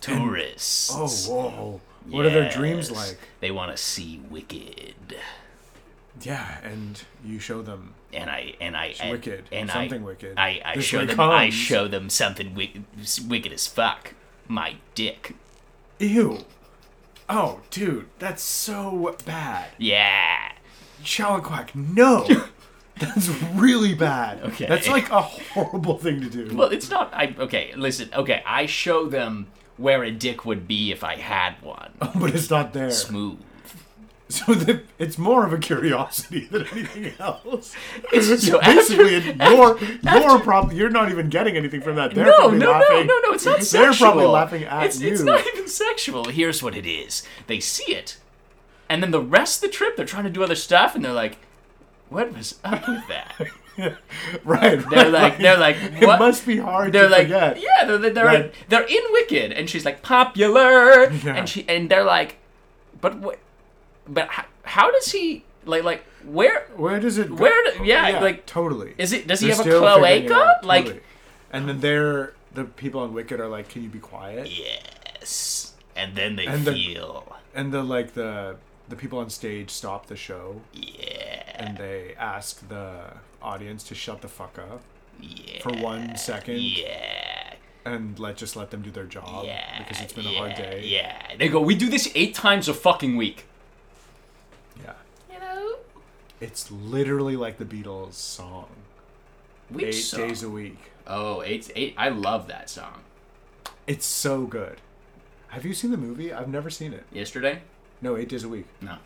C: tourists.
B: Oh, whoa. What are their dreams
C: Yes.
B: like?
C: They want to see Wicked,
B: Yeah, and you show them.
C: and I and I and,
B: wicked.
C: and
B: Something
C: I,
B: wicked.
C: I, I
B: This
C: show
B: way
C: them I
B: comes.
C: show them something wicked, wicked as fuck. My dick.
B: Ew. Oh, dude, that's so bad.
C: Yeah.
B: Shalloquack, no. That's really bad.
C: Okay.
B: That's like a horrible thing to do.
C: Well, it's not. I okay. Listen. Okay, I show them where a dick would be if I had one.
B: but it's not there.
C: Smooth.
B: So the, it's more of a curiosity than anything else.
C: It's so
B: Basically,
C: after-
B: it- your your problem. You're not even getting anything from that. They're
C: no,
B: probably
C: no,
B: laughing.
C: no, no, no, it's not sexual.
B: They're probably laughing at
C: it's,
B: you.
C: It's not even sexual. Here's what it is. They see it, and then the rest of the trip, they're trying to do other stuff, and they're like, "What was up with that?"
B: right,
C: They're
B: right,
C: like,
B: right.
C: they're like,
B: It
C: "What?"
B: must be hard
C: they're
B: to
C: like,
B: forget.
C: yeah, they're they're,
B: Right.
C: they're in Wicked, and she's like popular,
B: Yeah.
C: and she and they're like, but what, but how, how does he like like where
B: Where does it? Go?
C: Where do- yeah, like,
B: totally.
C: is it- does he
B: They're
C: have a
B: still figuring it
C: cloaca?
B: out,
C: Like-
B: totally. and then they're the people on Wicked are like, "Can you be quiet?"
C: yes, and then they
B: And the-
C: feel
B: And the like the the people on stage stop the show
C: yeah
B: and they ask the audience to shut the fuck up
C: yeah
B: for one second
C: yeah
B: and let just let them do their job
C: yeah
B: because it's been
C: yeah,
B: a hard day.
C: Yeah, they go. We do this eight times a fucking week.
B: Yeah.
C: You know,
B: It's literally like the Beatles song.
C: week
B: Eight
C: song.
B: days a week.
C: Oh, eight, eight. I love that song.
B: It's so good. Have you seen the movie? I've never seen it.
C: Yesterday?
B: No, eight days a week.
C: No.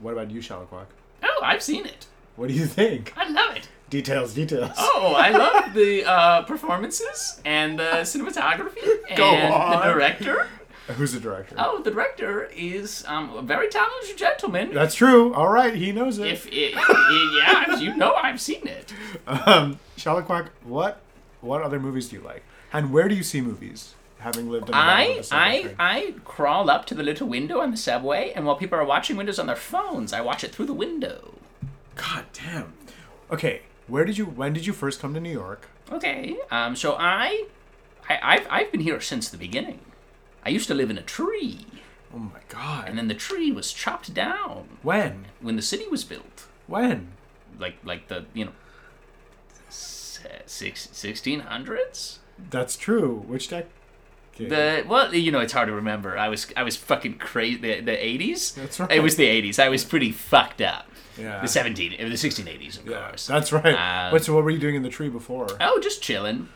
B: What about you, Shalakquak?
C: Oh, I've seen it.
B: What do you think?
C: I love it.
B: Details, details.
C: Oh, I love the uh, performances and the cinematography and
B: Go on.
C: the director.
B: Who's the director?
C: Oh, the director is um, a very talented gentleman.
B: That's true. All right, he knows it.
C: if it, i yeah, you know I've seen it.
B: Um, Shalakquak, what what other movies do you like? And where do you see movies? Having lived in the bottom of
C: I
B: the subway
C: I
B: train.
C: I crawl up to the little window on the subway, and while people are watching windows on their phones, I watch it through the window.
B: God damn. Okay, where did you when did you first come to New York?
C: Okay. Um. So I, I I've I've been here since the beginning. I used to live in a tree,
B: Oh my god.
C: and then the tree was chopped down
B: when?
C: when the city was built.
B: When?
C: like like the you know se- six, 1600s
B: That's true. Which deck?
C: the well you know it's hard to remember i was i was fucking crazy the, the 80s
B: That's right.
C: it was the 80s i was pretty fucked up
B: Yeah.
C: the 17 the 1680s of
B: Yeah,
C: course
B: that's right.
C: Um,
B: Wait, so what were you doing in the tree before?
C: oh just chilling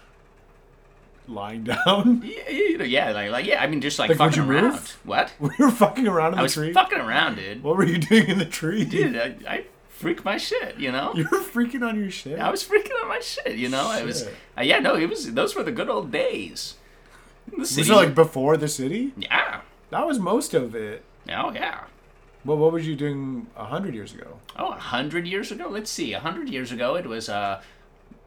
B: Lying down?
C: yeah, you know, yeah like, like yeah i mean just like,
B: Like, would you
C: fucking around
B: move?
C: what
B: we were fucking around in
C: i
B: the
C: was
B: tree.
C: fucking around dude
B: What were you doing in the tree?
C: dude i, I freaked my shit you know
B: You were freaking on your shit.
C: I was freaking out my shit, you know. I was,
B: Shit.
C: uh, yeah, no, it was. Those were the good old days. The
B: was
C: city-
B: it like before the city?
C: yeah,
B: That was most of it.
C: oh yeah.
B: Well, what were you doing a hundred years ago?
C: Oh, a hundred years ago. Let's see, a hundred years ago, it was uh,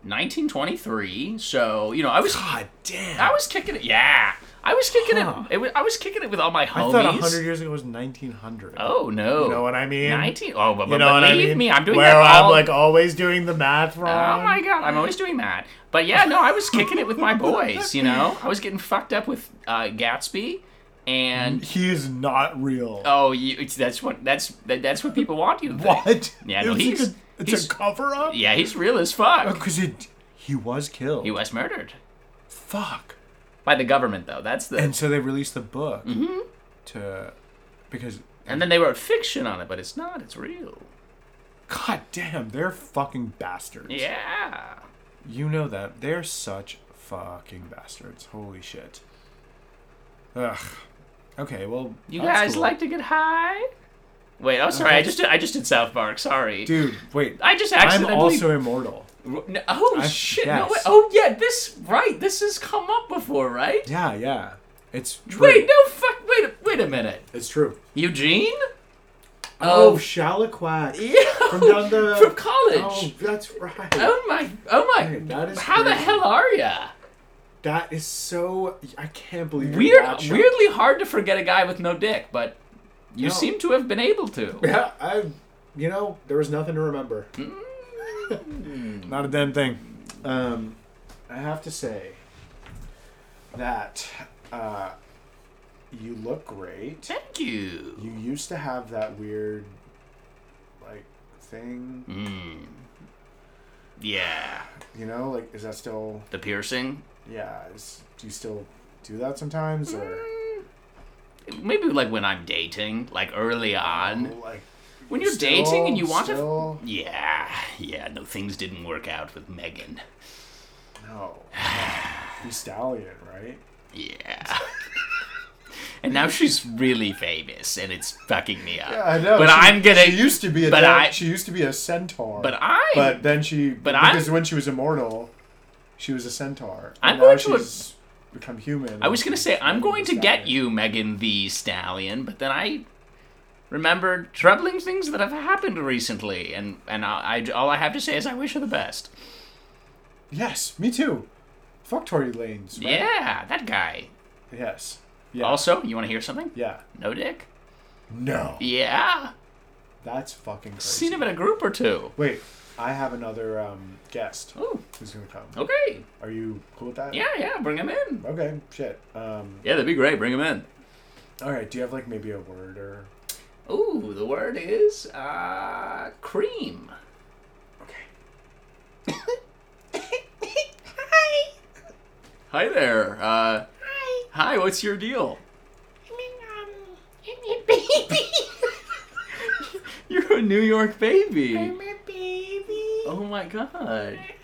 C: 1923. So you know, I was
B: God damn!
C: I was kicking it. Yeah, I was kicking
B: Huh.
C: it. it was, I was kicking it with all my
B: I
C: homies.
B: thought a hundred years ago was nineteen hundred.
C: oh no.
B: You know what I mean?
C: 19. Oh, but, but,
B: You know what I
C: believe
B: mean?
C: me, I'm doing
B: Where
C: that
B: I'm
C: all.
B: like always doing the math wrong.
C: Oh my god, I'm always doing that. But yeah, no, I was kicking it with my boys, you know? I was getting fucked up with uh, Gatsby and
B: He is not real.
C: oh, you it's- that's what that's that, that's what people want you to think.
B: What?
C: Yeah, no,
B: it's like
C: he's-
B: a, it's
C: he's-
B: a cover up.
C: Yeah, he's real as fuck.
B: because it he was killed.
C: He was murdered.
B: Fuck.
C: by the government though. That's the
B: And so they released the book
C: Mm-hmm.
B: to because
C: and then they wrote fiction on it, but it's not. It's real.
B: god damn, they're fucking bastards.
C: Yeah.
B: You know that. They're such fucking bastards. Holy shit. Ugh. Okay, well
C: You
B: that's
C: guys
B: cool.
C: like to get high? Wait, oh sorry, I just did, I just did South Park. Sorry,
B: Dude, wait.
C: I just
B: I'm
C: accidentally.
B: also immortal.
C: No, oh
B: I-
C: shit! No,
B: yes.
C: wait, oh yeah, this right. This has come up before, right?
B: Yeah, yeah. It's true.
C: Wait, no fuck. Wait, a- wait a minute,
B: It's true.
C: Eugene.
B: Oh,
C: Oh,
B: Shalaquack.
C: yeah,
B: From down the
C: from college.
B: Oh, that's right.
C: Oh my, oh my.
B: Hey, that is
C: how the
B: crazy.
C: hell are ya?
B: That is so I can't believe you
C: Weird,
B: watched it.
C: weirdly hard to forget a guy with no dick, but you
B: No.
C: seem to have been able to.
B: Yeah, I, you know, there was nothing to remember.
C: Hmm.
B: Not a damn thing. Um, I have to say that uh, you look great.
C: Thank you.
B: You used to have that weird, like, thing.
C: Yeah,
B: You know, like, is that still?
C: the piercing.
B: Yeah, is, do you still do that sometimes, or
C: Maybe like when I'm dating, like early on.
B: like
C: When Hmm. you're
B: still-
C: dating and you want to
B: still?
C: Yeah, yeah, no, things didn't work out with Megan.
B: No, no. stallion, right?
C: Yeah. and now she's really famous and it's fucking me up.
B: Yeah, I know.
C: But
B: She-
C: I'm gonna
B: She used to be a.
C: but
B: dra-
C: I-
B: she used to be a centaur.
C: But I
B: But then she.
C: But
B: because
C: I'm-
B: when she was immortal, she was a centaur.
C: I'm
B: And
C: going
B: now
C: to a-
B: she's become human.
C: I was gonna say I'm going to get
B: Stallion.
C: you, Megan the Stallion, but then I remembered troubling things that have happened recently, and and I, I- all I have to say is I wish her the best.
B: Yes, me too. Fuck Tory Lanes. Right?
C: Yeah, that guy.
B: Yes. Yeah.
C: Also, you want to hear something?
B: Yeah.
C: No dick.
B: No.
C: Yeah,
B: That's fucking crazy.
C: seen him in a group or two.
B: Wait, I have another um, guest
C: Oh,
B: who's gonna come.
C: okay.
B: Are you cool with that?
C: Yeah, yeah, bring him in.
B: Okay. Shit. Um.
C: Yeah, that'd be great. Bring him in.
B: All right. Do you have like maybe a word or?
C: Ooh, the word is uh, cream.
B: Okay.
E: Hi.
C: Hi there. Uh,
E: Hi.
C: hi, what's your deal?
E: I'm in, um, I'm a baby.
C: You're a New York baby.
E: I'm a baby.
C: Oh my god.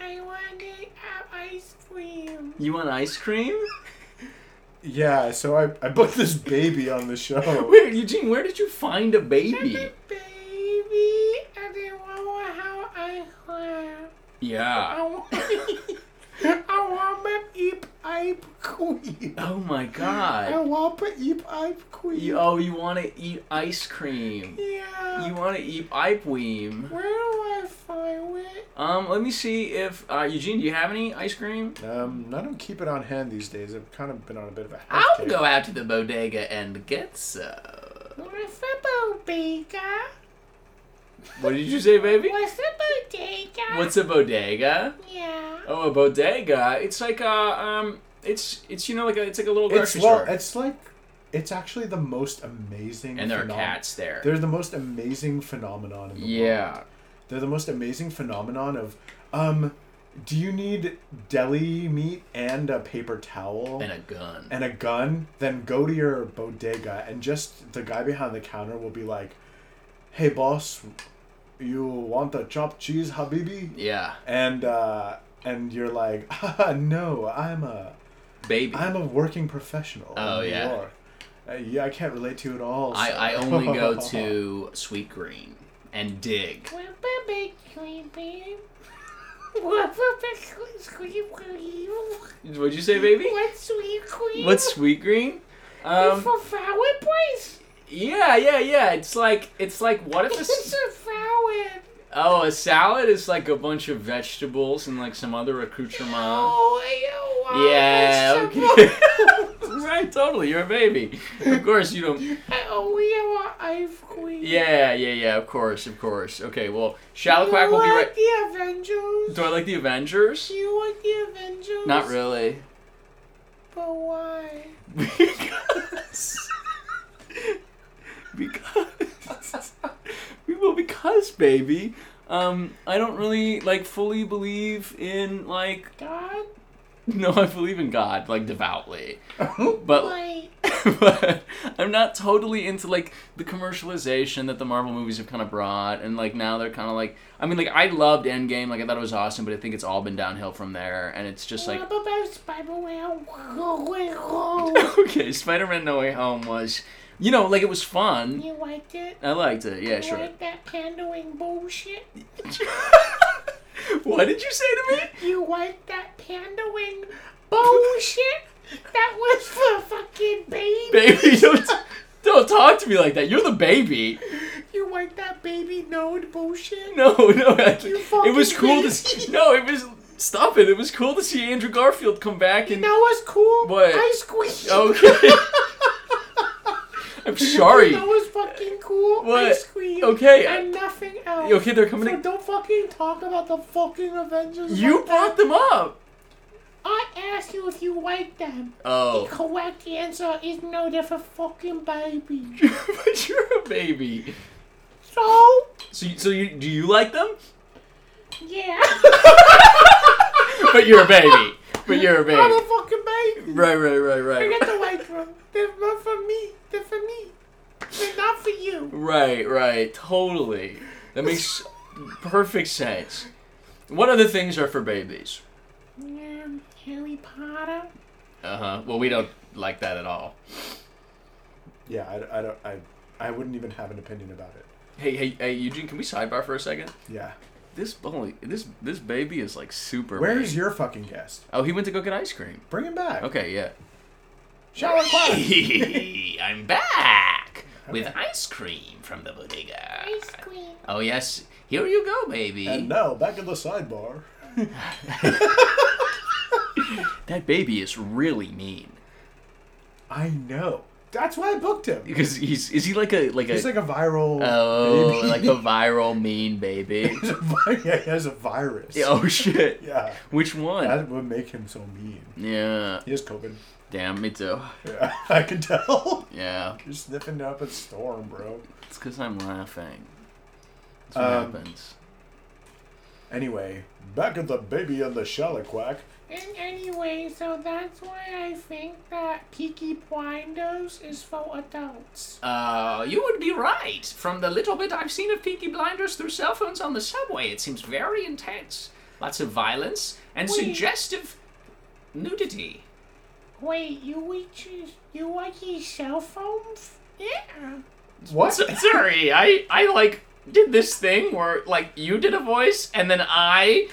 E: I wanted uh, ice cream.
C: You want ice cream?
B: Yeah. So I I booked this baby on the show.
C: Where, Eugene, where did you find a baby?
E: Baby, I didn't want how I have. I
C: Yeah.
E: want, I want my eep.
B: I queen.
C: Oh my
E: Oh.
C: god.
B: Wampa Eep Ipe Queen.
C: You, oh, you want to eat ice cream.
E: Yeah.
C: You want to eat ice cream.
E: Where do I find it?
C: Um, let me see if uh, Eugene, do you have any ice cream?
B: Um, I don't keep it on hand these days. I've kind of been on a bit of a health
C: I'll
B: kick.
C: go out to the bodega and get some.
E: What's a bodega?
C: What did you say, baby?
E: What's a bodega?
C: What's a bodega?
E: Yeah.
C: Oh, a bodega. It's like a um. It's it's you know like a it's like a little
B: It's
C: grocery
B: well,
C: store.
B: it's like, it's actually the most amazing.
C: And there are
B: phenom-
C: cats there.
B: They're the most amazing phenomenon in the world.
C: yeah.
B: They're the most amazing phenomenon of, um, do you need deli meat and a paper towel?
C: And a gun.
B: and a gun, then go to your bodega and just the guy behind the counter will be like, "Hey boss, you want the chopped cheese, habibi?"
C: yeah.
B: And uh, and you're like, ah, "No, I'm a
C: Baby.
B: I'm a working professional."
C: Oh,
B: in New
C: yeah.
B: York. Uh, yeah, I can't relate to it all.
C: I,
B: so."
C: I only go to Sweet Green and dig.
E: What a big creepy. What a big squeak cream.
C: What'd you say, baby?
E: What sweet cream.
C: What's Sweet Green? Um,
E: for flower place?
C: yeah, yeah, yeah. It's like it's like what if a
E: It's
C: s-
E: a flower.
C: oh a salad is like a bunch of vegetables and like some other accoutrement.
E: Oh, I don't want
C: Yeah,
E: vegetable.
C: okay. right, totally. You're a baby. Of course you don't.
E: I only want ice cream.
C: Yeah, yeah, yeah. Of course, of course. Okay, well,
E: You
C: Shallow Quack will be right.
E: like the
C: Do
E: Avengers?
C: I like the Avengers?
E: Do you like the Avengers?
C: Not really.
E: But why?
C: Because. because. well, because, baby. Um, I don't really like fully believe in like
E: God?
C: No, I believe in God, like devoutly. But,
E: Why?
C: but I'm not totally into like the commercialization that the Marvel movies have kind of brought, and like now they're kind of like. I mean, like I loved Endgame, like I thought it was awesome, but I think it's all been downhill from there, and it's just like.
E: What about Spider-Man? You
C: Okay, Spider-Man: No Way Home was, you know, like it was fun.
E: liked it?
C: I liked it. Yeah, sure.
E: Like that pandering bullshit?
C: What did you say to me?
E: You like that pandering bullshit? That was for fucking baby.
C: baby, don't, don't talk to me like that. You're the baby.
E: You like that baby node bullshit?
C: No, no. I-
E: fucking
C: it was cool to see. No, it was. Stop it. It was cool to see Andrew Garfield come back and.
E: That was cool.
C: What? Oh,
E: I squeezed.
C: Okay. I'm sorry.
E: That was fucking cool.
C: What?
E: Ice cream.
C: Okay.
E: And nothing else.
C: Okay, they're coming.
E: So
C: To,
E: don't fucking talk about the fucking Avengers.
C: you
E: like that.
C: brought them up.
E: I asked you if you like them. The
C: Oh.
E: correct answer is no, they're for fucking babies.
C: but you're a baby.
E: So,
C: So, you- so you do you like them?
E: yeah.
C: But you're a baby. But you're a
E: I'm a
C: baby.
E: fucking baby.
C: Right, right, right, right.
E: Forget the white room. They're not for me. They're for me. They're not for you.
C: Right, right. Totally. That makes perfect sense. What other things are for babies?
E: Um, Harry Potter.
C: Uh huh. Well, we don't like that at all.
B: Yeah, I, I don't. I I wouldn't even have an opinion about it.
C: Hey, hey, hey, Eugene, can we sidebar for a second?
B: Yeah.
C: This bully, this this baby is like super.
B: Where's
C: big.
B: your fucking guest?
C: Oh, he went to go get ice cream.
B: Bring him back.
C: Okay, yeah.
B: Shower clap.
C: I'm back with
B: Okay.
C: ice cream from the bodega.
E: Ice cream.
C: Oh yes, here you go, baby.
B: and now back in the sidebar.
C: that baby is really mean
B: I know. That's why I booked him.
C: because he's is he like a like
B: He's
C: a
B: like a viral.
C: oh
B: baby.
C: like a viral mean baby.
B: He's a vi- yeah, he has a virus.
C: oh shit.
B: Yeah.
C: Which one?
B: That would make him so mean.
C: Yeah.
B: He has COVID.
C: Damn, me too.
B: Yeah, I can tell.
C: Yeah.
B: You're sniffing up a storm, bro.
C: It's because I'm laughing. That's what
B: Um,
C: happens.
B: Anyway, back at the baby and the shellaquack.
E: And anyway, so that's why I think that Peaky Blinders is for adults.
C: Uh, you would be right. From the little bit I've seen of Peaky Blinders through cell phones on the subway, it seems very intense. Lots of violence and suggestive nudity.
E: Wait, you watch you watch these cell phones? Yeah.
B: What?
C: So- sorry, I I like did this thing where like you did a voice and then I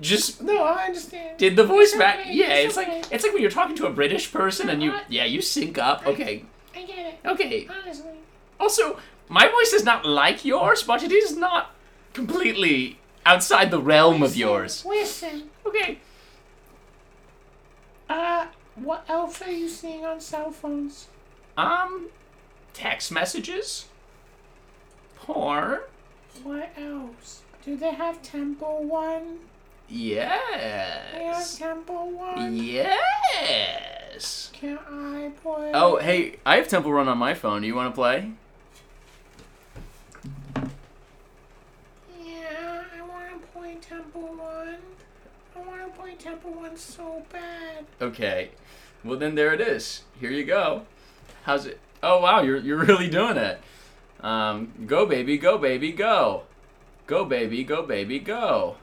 C: just
B: No, I understand.
C: did the voice
E: It's
C: back.
E: okay,
C: Yeah, it's
E: it's
C: like
E: okay.
C: it's like when you're talking to a British person and you
E: Uh-uh.
C: yeah you sync up. Okay,
E: I get it.
C: okay.
E: Honestly.
C: Also, my voice is not like yours, but it is not completely outside the realm of yours.
E: Listen.
C: Okay.
E: Uh what else are you seeing on cell phones?
C: Um, text messages. Porn.
E: What else? Do they have Temple One? They have
C: Yes.
E: Temple
C: Mm.
E: One.
C: Yes.
E: Can I play?
C: Oh, hey, I have Temple Run on my phone. You want to play?
E: Yeah, I want to play Temple One. I want to play Temple One so bad.
C: Okay. Well, then there it is. Here you go. How's it? Oh wow, you're you're really doing it. Um, go baby, go baby, go. Go baby, go baby, go.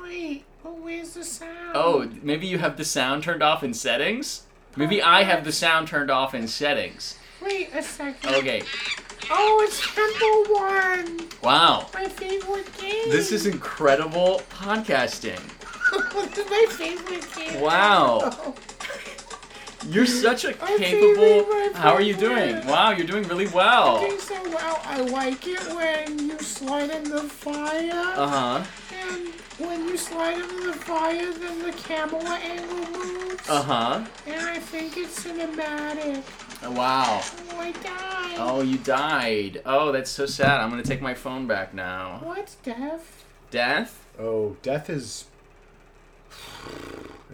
E: Wait, but where's the sound?
C: Oh, maybe you have the sound turned off in settings? Maybe I have the sound turned off in settings.
E: Wait a second.
C: Okay.
E: Oh, it's Temple One.
C: Wow.
E: My favorite game.
C: This is incredible podcasting.
E: This is my favorite game.
C: Wow. You're such a
E: I'm
C: capable.
E: feeling my
C: How are you
E: favorite.
C: doing? Wow, you're doing really well.
E: Okay, so wow, I like it when you slide in the fire,
C: Uh huh.
E: and when you slide in the fire, then the camera angle moves,
C: Uh huh.
E: and I think it's cinematic.
C: Wow.
E: Oh, I died.
C: Oh, you died. Oh, that's so sad. I'm gonna take my phone back now.
E: What's death?
C: Death?
B: Oh, death is.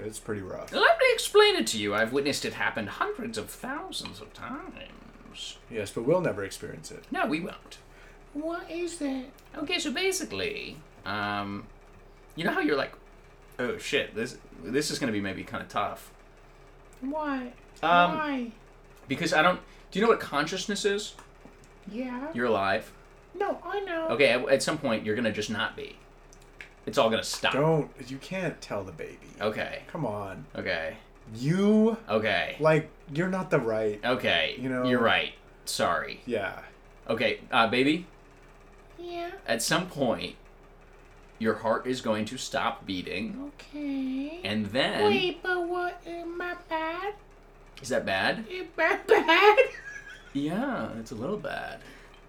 B: It's pretty rough.
C: Let me explain it to you. I've witnessed it happen hundreds of thousands of times.
B: Yes, but we'll never experience it.
C: No, we won't.
E: What is it?
C: Okay, so basically, um, you know how you're like Oh shit! This this is gonna be maybe kind of tough
E: Why?
C: Um,
E: Why?
C: because I don't. Do you know what consciousness is?
E: Yeah.
C: You're alive.
E: No, I know.
C: Okay. At, at some point, you're gonna just not be. It's all gonna stop.
B: Don't. You can't tell the baby.
C: Okay.
B: Come on.
C: Okay.
B: You
C: Okay.
B: like. You're not the right.
C: Okay.
B: You know-
C: You're right. Sorry.
B: Yeah.
C: Okay, uh, baby.
E: Yeah.
C: At some point, your heart is going to stop beating,
E: Okay.
C: and then
E: Wait, but what? Am I bad?
C: is that bad?
E: Am I bad?
C: Yeah, it's a little bad.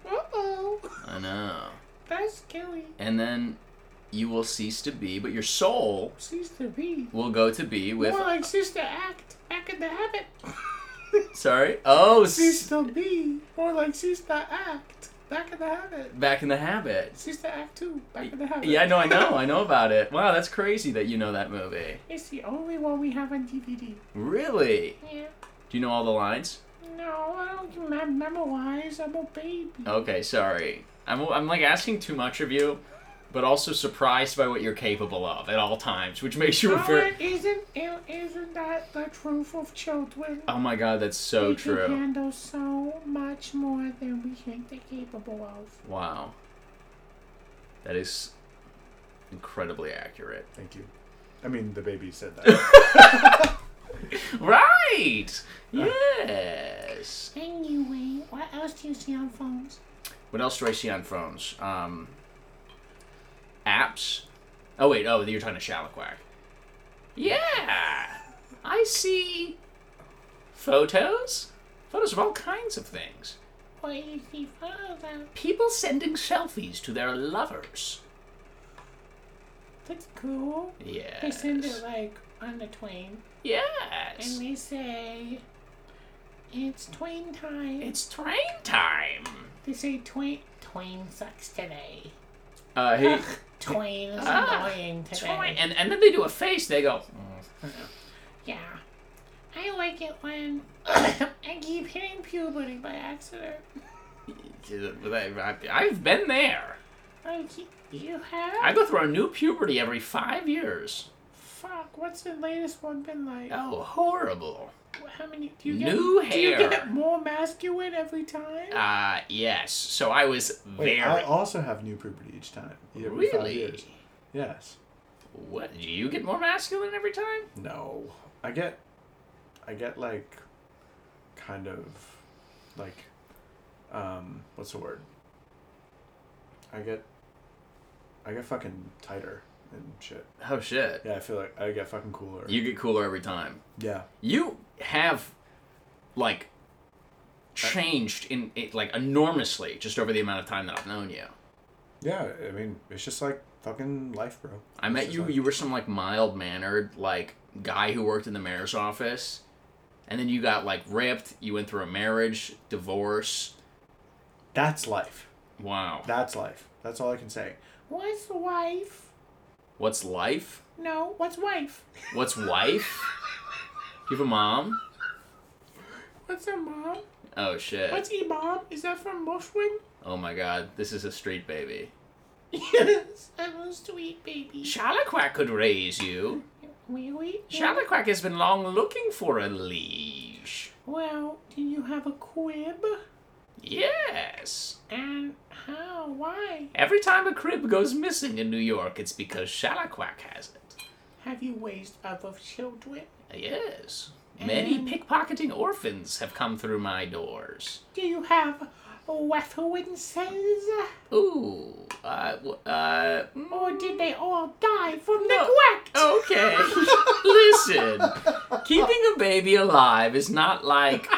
E: uh oh.
C: I know.
E: That's scary.
C: And then you will cease to be, but your soul
E: Cease to be.
C: will go to be with.
E: More like sister act. Back in the habit.
C: Sorry. Oh, s-
E: Sister be. More like sister act. Back in the habit.
C: back in the habit.
E: Sister act too. Back in the habit.
C: Yeah, I know, I know, I know about it. Wow, that's crazy that you know that movie.
E: It's the only one we have on DVD.
C: Really?
E: Yeah.
C: Do you know all the lines?
E: No, I don't mem- memorize. I'm a baby.
C: Okay, sorry. I'm, I'm like asking too much of you, but also surprised by what you're capable of at all times, which makes you a
E: Oh,
C: very.
E: it isn't, it isn't that the truth of children?
C: Oh my god, that's so
E: they can
C: true.
E: handle so much more than we think they're capable of.
C: Wow. That is incredibly accurate.
B: Thank you. I mean, the baby said that.
C: Right! Yes!
E: Anyway, what else do you see on phones?
C: What else do I see on phones? Um, apps. Oh wait, oh you're talking to Shalaquack. Yeah, I see photos. Photos of all kinds of things.
E: What do you see photos of?
C: People sending selfies to their lovers.
E: That's cool.
C: Yes.
E: They send it like on the twain, and
C: yes.
E: they say it's twain time.
C: It's train time.
E: they say twain twain sucks today.
C: Uh, hey,
E: Twain is
C: Ah,
E: annoying today.
C: train, and and then they do a face. They go.
E: Yeah. I like it when I keep hitting puberty by accident.
C: "Mm, I've been there.
E: I keep, you have?
C: I go through a new puberty every five years.
E: Fuck, what's the latest one been like?
C: Oh, horrible.
E: How many? Do you
C: New
E: get, Do you
C: hair.
E: get more masculine every time?
C: Uh, yes. So I was
B: Wait,
C: very.
B: I also have new puberty each time. Yeah, every five
C: really?
B: years. Yes.
C: What? Do you get more masculine every time?
B: No. I get. I get like. Kind of. Like. Um. What's the word? I get. I get fucking tighter and shit.
C: Oh shit.
B: Yeah, I feel like I get fucking cooler.
C: You get cooler every time.
B: yeah.
C: You have, like,
B: Uh,
C: changed in it like enormously just over the amount of time that I've known you.
B: Yeah, I mean, it's just like fucking life, bro.
C: I
B: It's
C: met
B: just
C: you.
B: like-
C: You were some like mild mannered like guy who worked in the mayor's office, and then you got like ripped. You went through a marriage, divorce.
B: That's life.
C: Wow.
B: That's life. That's all I can say.
E: What's wife?
C: What's life?
E: No, what's wife?
C: What's wife? Do you have a mom?
E: What's a mom?
C: Oh shit.
E: What's e mom? Is that from Bushwick?
C: Oh my god, this is a street baby.
E: yes, I'm a sweet baby.
C: Shalaquack could raise you.
E: Really?
C: Shalaquack has been long looking for a liege.
E: Well, do you have a crib?
C: Yes.
E: And how? Why?
C: Every time a crib goes missing in New York, it's because Shalaquack has it.
E: Have you raised other children?
C: Yes. Many pickpocketing orphans have come through my doors.
E: Do you have references?
C: Ooh, uh, w- uh, mm,
E: Or did they all die from
C: No.
E: neglect?
C: okay. Listen, keeping a baby alive is not like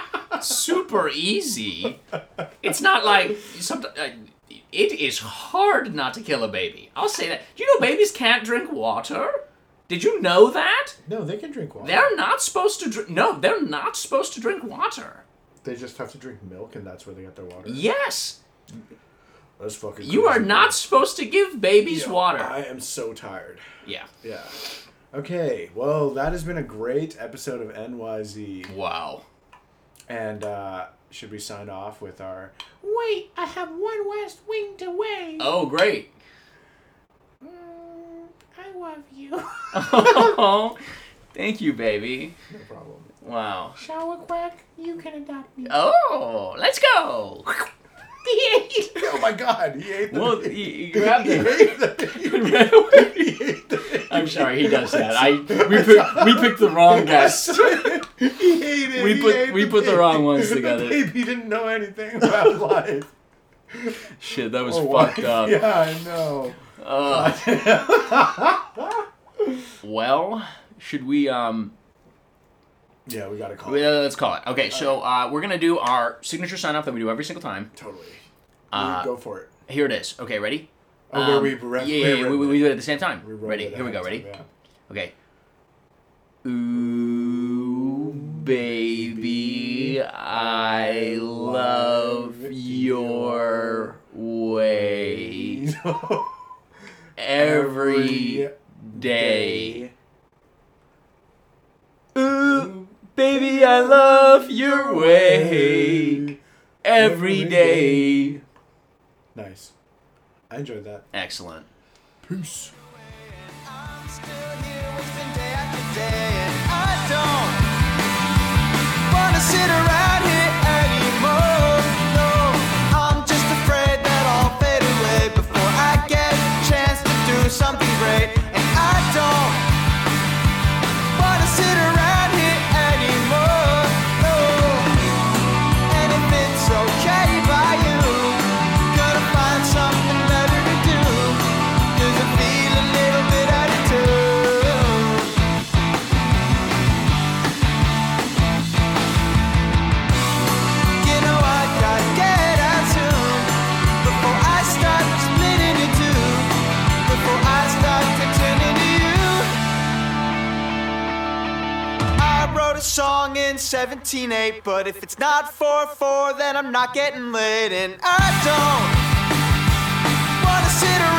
C: super easy. It's not like some. Uh, it is hard not to kill a baby. I'll say that. Do you know babies can't drink water? Did you know that?
B: No, they can drink water.
C: They're not supposed to drink. No, they're not supposed to drink water.
B: They just have to drink milk, and that's where they get their water.
C: Yes,
B: That's fucking.
C: you are
B: crazy,
C: not supposed to give babies
B: bro. I
C: water.
B: am so tired.
C: Yeah.
B: Yeah. Okay. Well, that has been a great episode of NYZ,
C: Wow.
B: and uh, should we sign off with our?
E: Wait, I have one last wing to wave.
C: Oh, great.
E: Mm, I love love you.
C: Oh, thank you, baby.
B: No problem.
C: Wow.
E: Shower quack, you can adopt me.
C: Oh, let's go.
B: Oh my god, he ate the
C: well,
B: he,
C: you grabbed it.
B: ate the he ate the
C: I'm sorry, he does that. I we put, we picked the wrong guest.
B: he ate it.
C: We
B: he
C: put-
B: ate
C: we
B: the
C: put the
B: baby.
C: wrong ones together.
B: The baby didn't know anything about life.
C: Shit, that was
B: or
C: fucked
B: wife.
C: up.
B: Oh, Yeah, I know.
C: Ugh. well, should we um
B: Yeah, we gotta call
C: well,
B: it.
C: let's call it. Okay, so uh, we're gonna do our signature sign off that we do every single time.
B: Totally.
C: Uh,
B: Dude, go for it.
C: Here it is. Okay, ready?
B: Oh, where
C: Um,
B: we re-
C: yeah,
B: we
C: yeah, yeah, we,
B: wrote
C: we,
B: it.
C: we do it at the same time.
B: We wrote
C: ready?
B: it
C: Here we go.
B: ahead
C: Ready?
B: of time,
C: Okay. Ooh, baby, I love your way
B: yeah.
C: every day. Ooh, baby, I love your way every day.
B: Nice. I enjoyed that.
C: Excellent.
B: Peace.
D: I'm still here wasting day after day, and I don't wanna sit around here anymore. No, I'm just afraid that I'll fade away before I get a chance to do something great, and I don't wanna sit around here anymore. No, and if it's okay by you, gonna find something better to do. Does it feel a little bit out of tune? You know I got get out soon before I start splitting in two. Before I start to turn into you. I wrote a song in 17-8, but if it's not 4-4, then I'm not getting laid, and I don't wanna sit around.